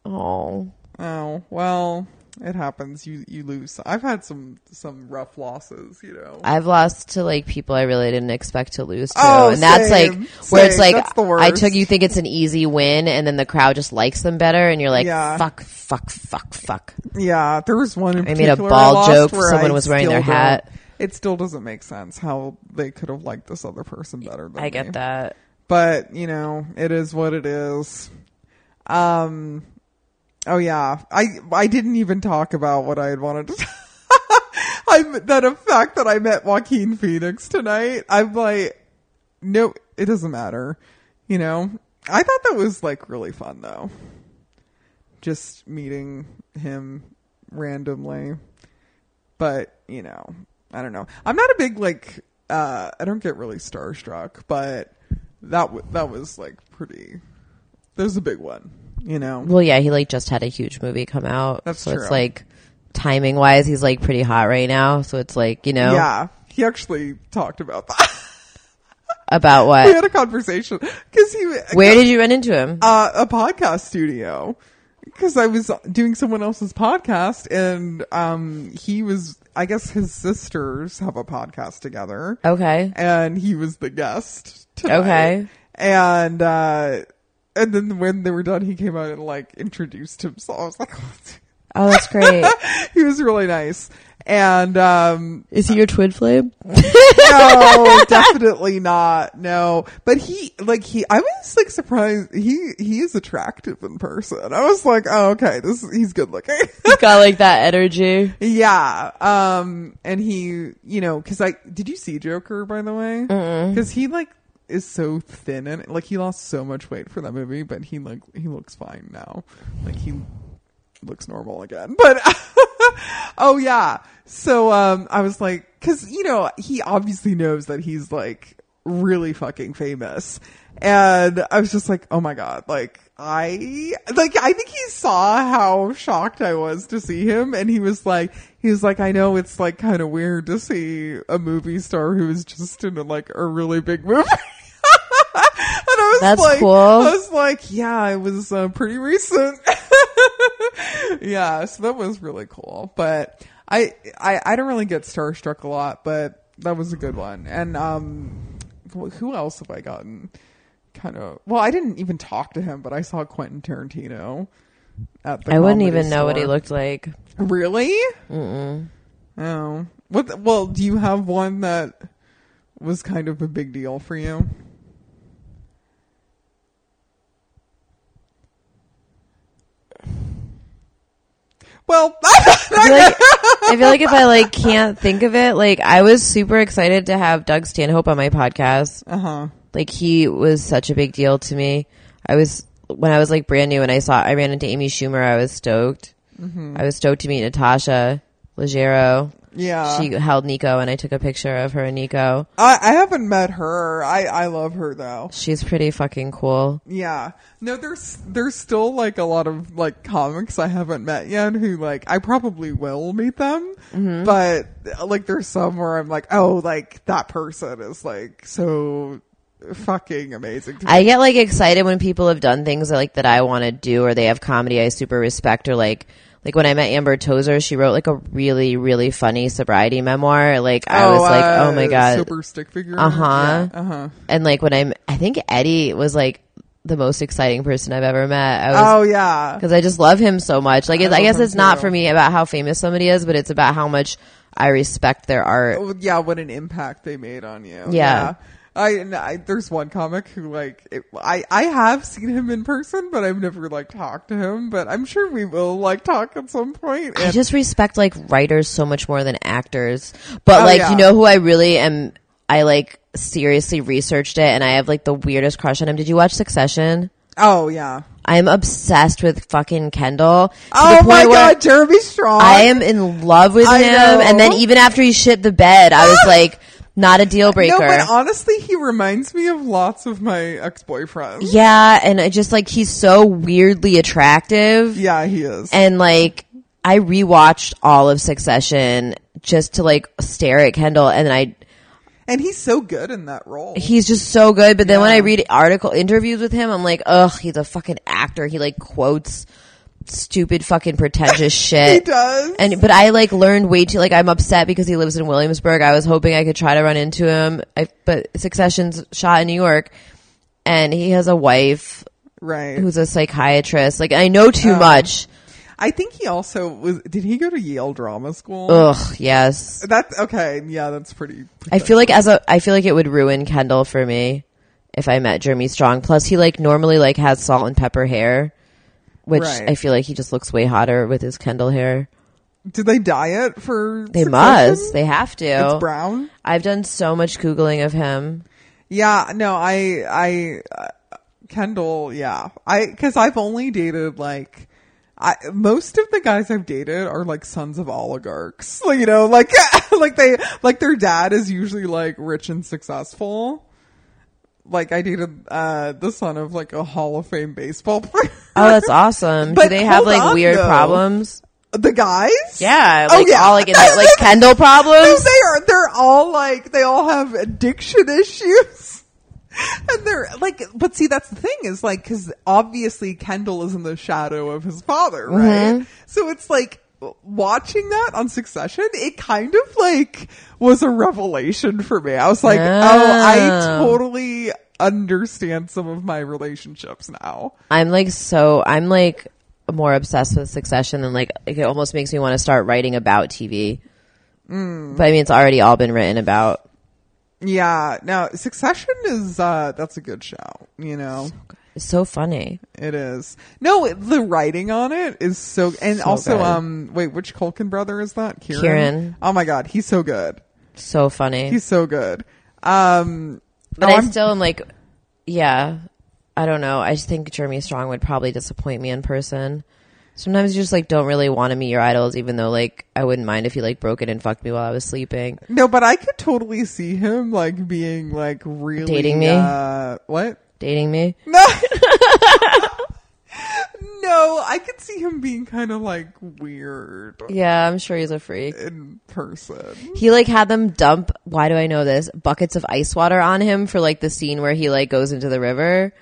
Speaker 2: oh
Speaker 1: Oh well, it happens. You you lose. I've had some some rough losses. You know.
Speaker 2: I've lost to like people I really didn't expect to lose to,
Speaker 1: Oh,
Speaker 2: and that's like
Speaker 1: same,
Speaker 2: where it's
Speaker 1: same.
Speaker 2: like
Speaker 1: That's the
Speaker 2: I took
Speaker 1: worst.
Speaker 2: you think it's an easy win, and then the crowd just likes them better, and you're like,
Speaker 1: Yeah.
Speaker 2: fuck, fuck, fuck, fuck.
Speaker 1: Yeah, there was one. In
Speaker 2: I made a
Speaker 1: particular
Speaker 2: ball
Speaker 1: lost
Speaker 2: joke,
Speaker 1: where
Speaker 2: someone
Speaker 1: I
Speaker 2: was wearing
Speaker 1: still
Speaker 2: their
Speaker 1: don't-
Speaker 2: hat.
Speaker 1: It still doesn't make sense how they could have liked this other person better. Than
Speaker 2: I
Speaker 1: me.
Speaker 2: get that.
Speaker 1: but you know, it is what it is. Um. Oh yeah, I I didn't even talk about what I had wanted to. I that a fact that I met Joaquin Phoenix tonight. I'm like, no, it doesn't matter. You know, I thought that was like really fun though. Just meeting him randomly, but you know, I don't know. I'm not a big like. uh I don't get really starstruck, but that w- that was like pretty. There's a big one, you know.
Speaker 2: Well, yeah, he like just had a huge movie come out,
Speaker 1: That's
Speaker 2: so
Speaker 1: true.
Speaker 2: it's like timing wise, he's like pretty hot right now. So it's like you know
Speaker 1: Yeah, he actually talked about that.
Speaker 2: about what?
Speaker 1: we had a conversation because he
Speaker 2: Uh, Where did you run into him?
Speaker 1: uh, a podcast studio because I was doing someone else's podcast and um he was I guess his sisters have a podcast together
Speaker 2: okay,
Speaker 1: and he was the guest. Tonight.
Speaker 2: Okay.
Speaker 1: and uh And then when they were done, he came out and like introduced himself. I was like,
Speaker 2: Oh, that's great.
Speaker 1: he was really nice. And um,
Speaker 2: Is he your twin flame?
Speaker 1: no, definitely not. No, but he like he. I was like surprised. He he is attractive in person. I was like, oh okay, this he's good looking.
Speaker 2: He's got like that energy.
Speaker 1: yeah. Um, and he you know because I did you see Joker by the way? Because he like is so thin and like he lost so much weight for that movie, but he like he looks fine now. Like he looks normal again. But oh yeah. So um I was like cuz you know, he obviously knows that he's like really fucking famous. And I was just like, "Oh my god, like I like I think he saw how shocked I was to see him and he was like he was like, "I know it's like kind of weird to see a movie star who is just in like a really big movie." and I was
Speaker 2: That's
Speaker 1: like,
Speaker 2: cool.
Speaker 1: I was like, yeah, it was uh, pretty recent. yeah, so that was really cool. But I, I, I don't really get starstruck a lot, but that was a good one. And um, wh- who else have I gotten? Kind of. Well, I didn't even talk to him, but I saw Quentin Tarantino. At the
Speaker 2: I wouldn't
Speaker 1: Comedy
Speaker 2: even know what he
Speaker 1: Store.
Speaker 2: looked like.
Speaker 1: Really? Mm-mm. Oh, what? the- well, do you have one that was kind of a big deal for you? Well,
Speaker 2: I feel like, I feel like if I like can't think of it, like I was super excited to have Doug Stanhope on my podcast.
Speaker 1: uh huh.
Speaker 2: Like he was such a big deal to me. I was when I was like brand new and I saw I ran into Amy Schumer. I was stoked. I was stoked to meet Natasha Leggero.
Speaker 1: Yeah,
Speaker 2: she held Nico and I took a picture of her and Nico.
Speaker 1: I, I haven't met her. I I love her though.
Speaker 2: She's pretty fucking cool.
Speaker 1: Yeah. No, there's there's still like a lot of like comics I haven't met yet who like I probably will meet them,
Speaker 2: Mm-hmm.
Speaker 1: but like there's some where I'm like, oh, like that person is like so fucking amazing. To me.
Speaker 2: I get like excited when people have done things that, like that I want to do or they have comedy I super respect or like like when I met Amber Tozer, she wrote like a really really funny sobriety memoir. Like I was like,
Speaker 1: uh,
Speaker 2: "Oh my god."
Speaker 1: sober stick figure.
Speaker 2: Uh-huh.
Speaker 1: Uh huh.
Speaker 2: And like when I'm I think Eddie was like the most exciting person I've ever met. I was
Speaker 1: Oh yeah.
Speaker 2: because I just love him so much. Like, it's, I,
Speaker 1: love
Speaker 2: guess
Speaker 1: him
Speaker 2: it's not
Speaker 1: too.
Speaker 2: for me about how famous somebody is, but it's about how much I respect their art.
Speaker 1: Oh, yeah, what an impact they made on you.
Speaker 2: Yeah.
Speaker 1: I, and I there's one comic who like it, I I have seen him in person, but I've never like talked to him. But I'm sure we will like talk at some point.
Speaker 2: I
Speaker 1: And
Speaker 2: just respect like writers so much more than actors. But
Speaker 1: Oh,
Speaker 2: like,
Speaker 1: yeah.
Speaker 2: you know who I really am? I like seriously researched it and I have like the weirdest crush on him. Did you watch Succession?
Speaker 1: oh yeah,
Speaker 2: I'm obsessed with fucking Kendall. to the
Speaker 1: oh my
Speaker 2: point where
Speaker 1: god, Jeremy Strong.
Speaker 2: I am in love with
Speaker 1: I
Speaker 2: him.
Speaker 1: know. Ah!
Speaker 2: And then even after he shit the bed, I was like, not a deal breaker.
Speaker 1: no, but honestly, he reminds me of lots of my ex boyfriends.
Speaker 2: yeah. And I just like, he's so weirdly attractive.
Speaker 1: Yeah, he is.
Speaker 2: And like, I rewatched all of Succession just to like stare at Kendall, and then I
Speaker 1: and he's so good in that role.
Speaker 2: he's just so good. But then when I
Speaker 1: Yeah.
Speaker 2: read article interviews with him, I'm like, ugh, he's a fucking actor. He like quotes stupid fucking pretentious shit.
Speaker 1: he does.
Speaker 2: And but I like learned way too. Like I'm upset because he lives in Williamsburg. I was hoping I could try to run into him. I, but Succession's shot in New York, and he has a wife
Speaker 1: right.
Speaker 2: who's a psychiatrist. Like I know
Speaker 1: Oh.
Speaker 2: too much.
Speaker 1: I think he also was. Did he go to Yale Drama School?
Speaker 2: Ugh. Yes.
Speaker 1: That's okay. Yeah, that's pretty.
Speaker 2: I feel like as a I feel like it would ruin Kendall for me if I met Jeremy Strong. Plus he like normally like has salt and pepper hair, which
Speaker 1: Right.
Speaker 2: I feel like he just looks way hotter with his Kendall hair.
Speaker 1: Did they dye it for?
Speaker 2: They
Speaker 1: Succession?
Speaker 2: must. They have
Speaker 1: It's
Speaker 2: to.
Speaker 1: brown.
Speaker 2: I've done so much googling of him.
Speaker 1: Yeah. No, I, I, uh, Kendall. Yeah, I because I've only dated like. I, most of the guys I've dated are like sons of oligarchs, Like, you know, like like they like their dad is usually like rich and successful. Like I dated uh the son of like a Hall of Fame baseball player.
Speaker 2: Oh, that's awesome. Do
Speaker 1: But
Speaker 2: they have
Speaker 1: hold
Speaker 2: like
Speaker 1: on,
Speaker 2: weird
Speaker 1: though.
Speaker 2: problems?
Speaker 1: the guys?
Speaker 2: Yeah,
Speaker 1: Oh,
Speaker 2: like
Speaker 1: yeah.
Speaker 2: all like in that, like Kendall
Speaker 1: No,
Speaker 2: problems.
Speaker 1: they are. They're all like they all have addiction issues, and they're like. But see, that's the thing is like because obviously Kendall is in the shadow of his father, right? So it's like watching that on Succession. It kind of like was a revelation for me. I was like, oh, I
Speaker 2: Oh.
Speaker 1: totally. understand some of my relationships now.
Speaker 2: I'm like so I'm like more obsessed with Succession than like it almost makes me want to start writing about TV.
Speaker 1: Mm.
Speaker 2: But I mean, it's already all been written about.
Speaker 1: Yeah. Now, Succession is, uh, that's a good show, you know?
Speaker 2: It's so funny.
Speaker 1: It is. No, it- the writing on it is so, and also,
Speaker 2: good.
Speaker 1: um, wait, which Culkin brother is that? Kieran.
Speaker 2: Kieran.
Speaker 1: Oh my God. He's so good.
Speaker 2: So funny.
Speaker 1: He's so good. Um,
Speaker 2: but
Speaker 1: no,
Speaker 2: I
Speaker 1: I'm-
Speaker 2: still am like, yeah, I don't know. I just think Jeremy Strong would probably disappoint me in person. Sometimes you just like don't really want to meet your idols, even though like I wouldn't mind if he like broke it and fucked me while I was sleeping.
Speaker 1: no, but I could totally see him like being like really
Speaker 2: Dating me?
Speaker 1: Uh, what?
Speaker 2: Dating me?
Speaker 1: No. no, I could see him being kind of like weird
Speaker 2: Yeah, I'm sure he's a freak.
Speaker 1: in person.
Speaker 2: He like had them dump. Why do I know this? Buckets of ice water on him for like the scene where he like goes into the river.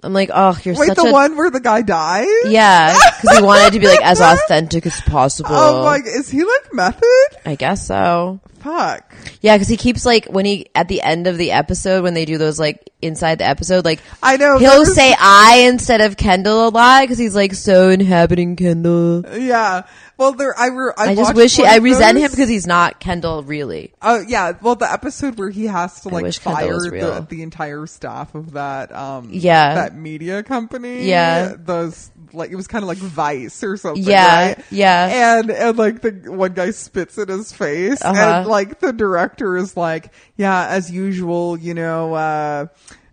Speaker 2: I'm like, oh, you're
Speaker 1: Wait,
Speaker 2: such
Speaker 1: the
Speaker 2: a
Speaker 1: one where the guy dies?
Speaker 2: yeah, because he wanted to be like as authentic as possible.
Speaker 1: Oh my, is he like method?
Speaker 2: I guess so.
Speaker 1: Fuck.
Speaker 2: Yeah, because he keeps like when he at the end of the episode when they do those like inside the episode, like
Speaker 1: I know. there
Speaker 2: he'll
Speaker 1: was-
Speaker 2: say I instead of Kendall a lot because he's like so inhabiting Kendall.
Speaker 1: Yeah. Well, there, I, re- I,
Speaker 2: I just
Speaker 1: watched
Speaker 2: wish he,
Speaker 1: one
Speaker 2: I
Speaker 1: of
Speaker 2: resent him
Speaker 1: those.
Speaker 2: because he's not Kendall really.
Speaker 1: Oh yeah, well the episode where he has to like
Speaker 2: wish Kendall
Speaker 1: fire
Speaker 2: was real.
Speaker 1: the, the entire staff of that um
Speaker 2: Yeah.
Speaker 1: that media company
Speaker 2: Yeah.
Speaker 1: those like it was kind of like Vice or something
Speaker 2: Yeah,
Speaker 1: right?
Speaker 2: yeah.
Speaker 1: and and like the one guy spits in his face
Speaker 2: Uh-huh.
Speaker 1: and like the director is like yeah as usual you know uh,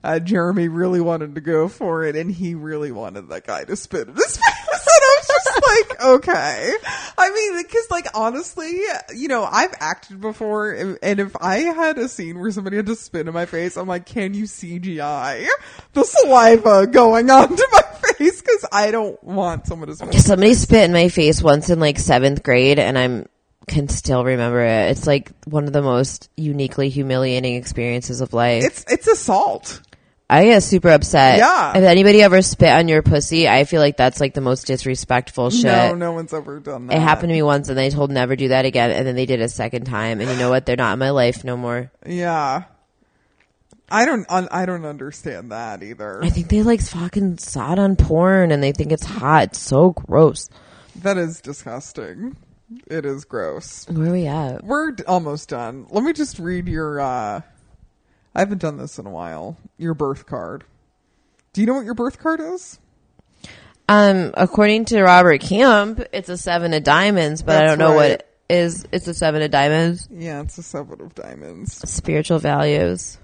Speaker 1: uh Jeremy really wanted to go for it and he really wanted that guy to spit in his face and I was just like okay I mean because like honestly you know I've acted before and, and if I had a scene where somebody had to spit in my face I'm like can you CGI the saliva going onto my face because I don't want someone to spit
Speaker 2: Somebody spit in my face once in like seventh grade, and I'm can still remember it. It's like one of the most uniquely humiliating experiences of life.
Speaker 1: It's it's assault.
Speaker 2: I get super upset.
Speaker 1: Yeah.
Speaker 2: If anybody ever spit on your pussy, I feel like that's like the most disrespectful shit.
Speaker 1: No, no one's ever done that.
Speaker 2: It happened to me once and they told never do that again and then they did a second time and you know what? They're not in my life no more.
Speaker 1: Yeah, I don't un- I don't understand that either.
Speaker 2: I think they like fucking saw it on porn and they think it's hot. It's so gross.
Speaker 1: That is disgusting. It is gross.
Speaker 2: Where are we at?
Speaker 1: We're d- almost done. Let me just read your. uh I haven't done this in a while. Your birth card. Do you know what your birth card is?
Speaker 2: Um, according to Robert Camp, it's a seven of diamonds, but I
Speaker 1: That's
Speaker 2: don't know what
Speaker 1: right.
Speaker 2: it is. It's a seven of diamonds.
Speaker 1: Yeah, it's a seven of diamonds.
Speaker 2: Spiritual values.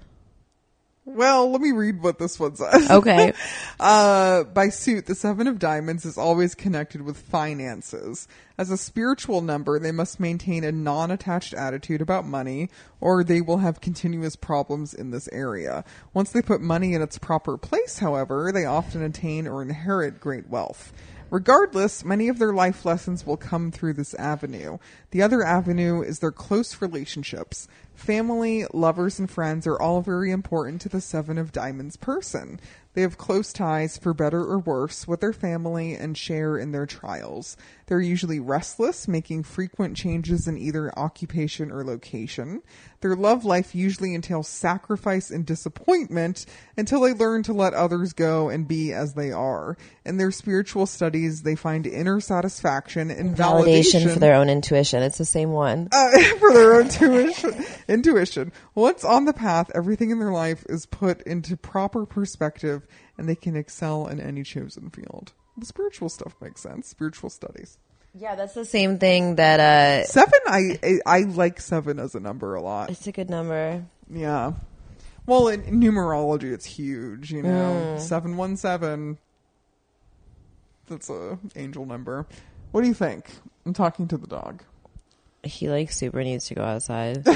Speaker 1: Well, let me read what this one says.
Speaker 2: Okay.
Speaker 1: uh, by suit, the Seven of Diamonds is always connected with finances. As a spiritual number, they must maintain a non attached attitude about money, or they will have continuous problems in this area. Once they put money in its proper place, however, they often attain or inherit great wealth. Regardless, many of their life lessons will come through this avenue. The other avenue is their close relationships. Family, lovers, and friends are all very important to the Seven of Diamonds person. They have close ties, for better or worse, with their family and share in their trials. They're usually restless, making frequent changes in either occupation or location. Their love life usually entails sacrifice and disappointment until they learn to let others go and be as they are. In their spiritual studies, they find inner satisfaction and validation,
Speaker 2: Validation for their own intuition. It's the same one.
Speaker 1: uh, for their own tuition, intuition. Once on the path, everything in their life is put into proper perspective and they can excel in any chosen field. The spiritual stuff makes sense. Spiritual studies.
Speaker 2: Yeah, that's the same thing that, uh,
Speaker 1: Seven, I, I, I like seven as a number a lot.
Speaker 2: it's a good number.
Speaker 1: Yeah. Well, in numerology, it's huge, you know. 717. That's a angel number. What do you think? I'm talking to the dog.
Speaker 2: He like super needs to go outside.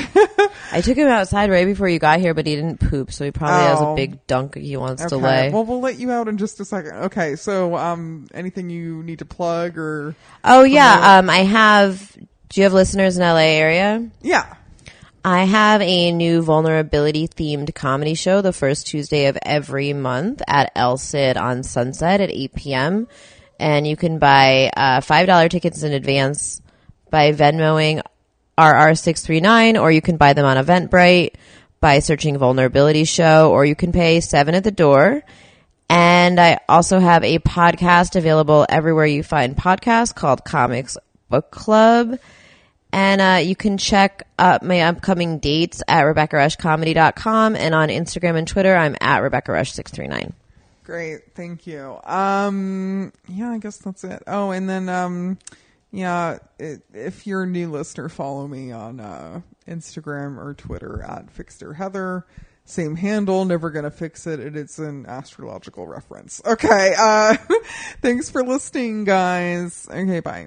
Speaker 2: I took him outside right before you got here, but he didn't poop, so he probably has a
Speaker 1: Oh.
Speaker 2: big dunk he wants to
Speaker 1: Okay.
Speaker 2: lay.
Speaker 1: Well, we'll let you out in just a second. Okay. So, um, anything you need to plug or
Speaker 2: oh yeah, um, I have. Do you have listeners in LA area?
Speaker 1: yeah,
Speaker 2: I have a new vulnerability themed comedy show the first Tuesday of every month at El Cid on Sunset at 8 p.m. And you can buy uh, $5 tickets in advance by Venmoing RR639 or you can buy them on Eventbrite. by searching Vulnerability Show, or you can pay seven at the door. And I also have a podcast available everywhere you find podcasts called Comics Book Club. And uh, you can check uh, my upcoming dates at RebeccaRushComedy.com and on Instagram and Twitter, I'm at RebeccaRush639.
Speaker 1: Great, thank you. Um, yeah, I guess that's it. Oh, and then um, yeah, i if you're a new listener, follow me on uh, Instagram or Twitter at Fixter Heather. Same handle, never gonna fix it. It is an astrological reference. Okay, uh, thanks for listening, guys. Okay, bye.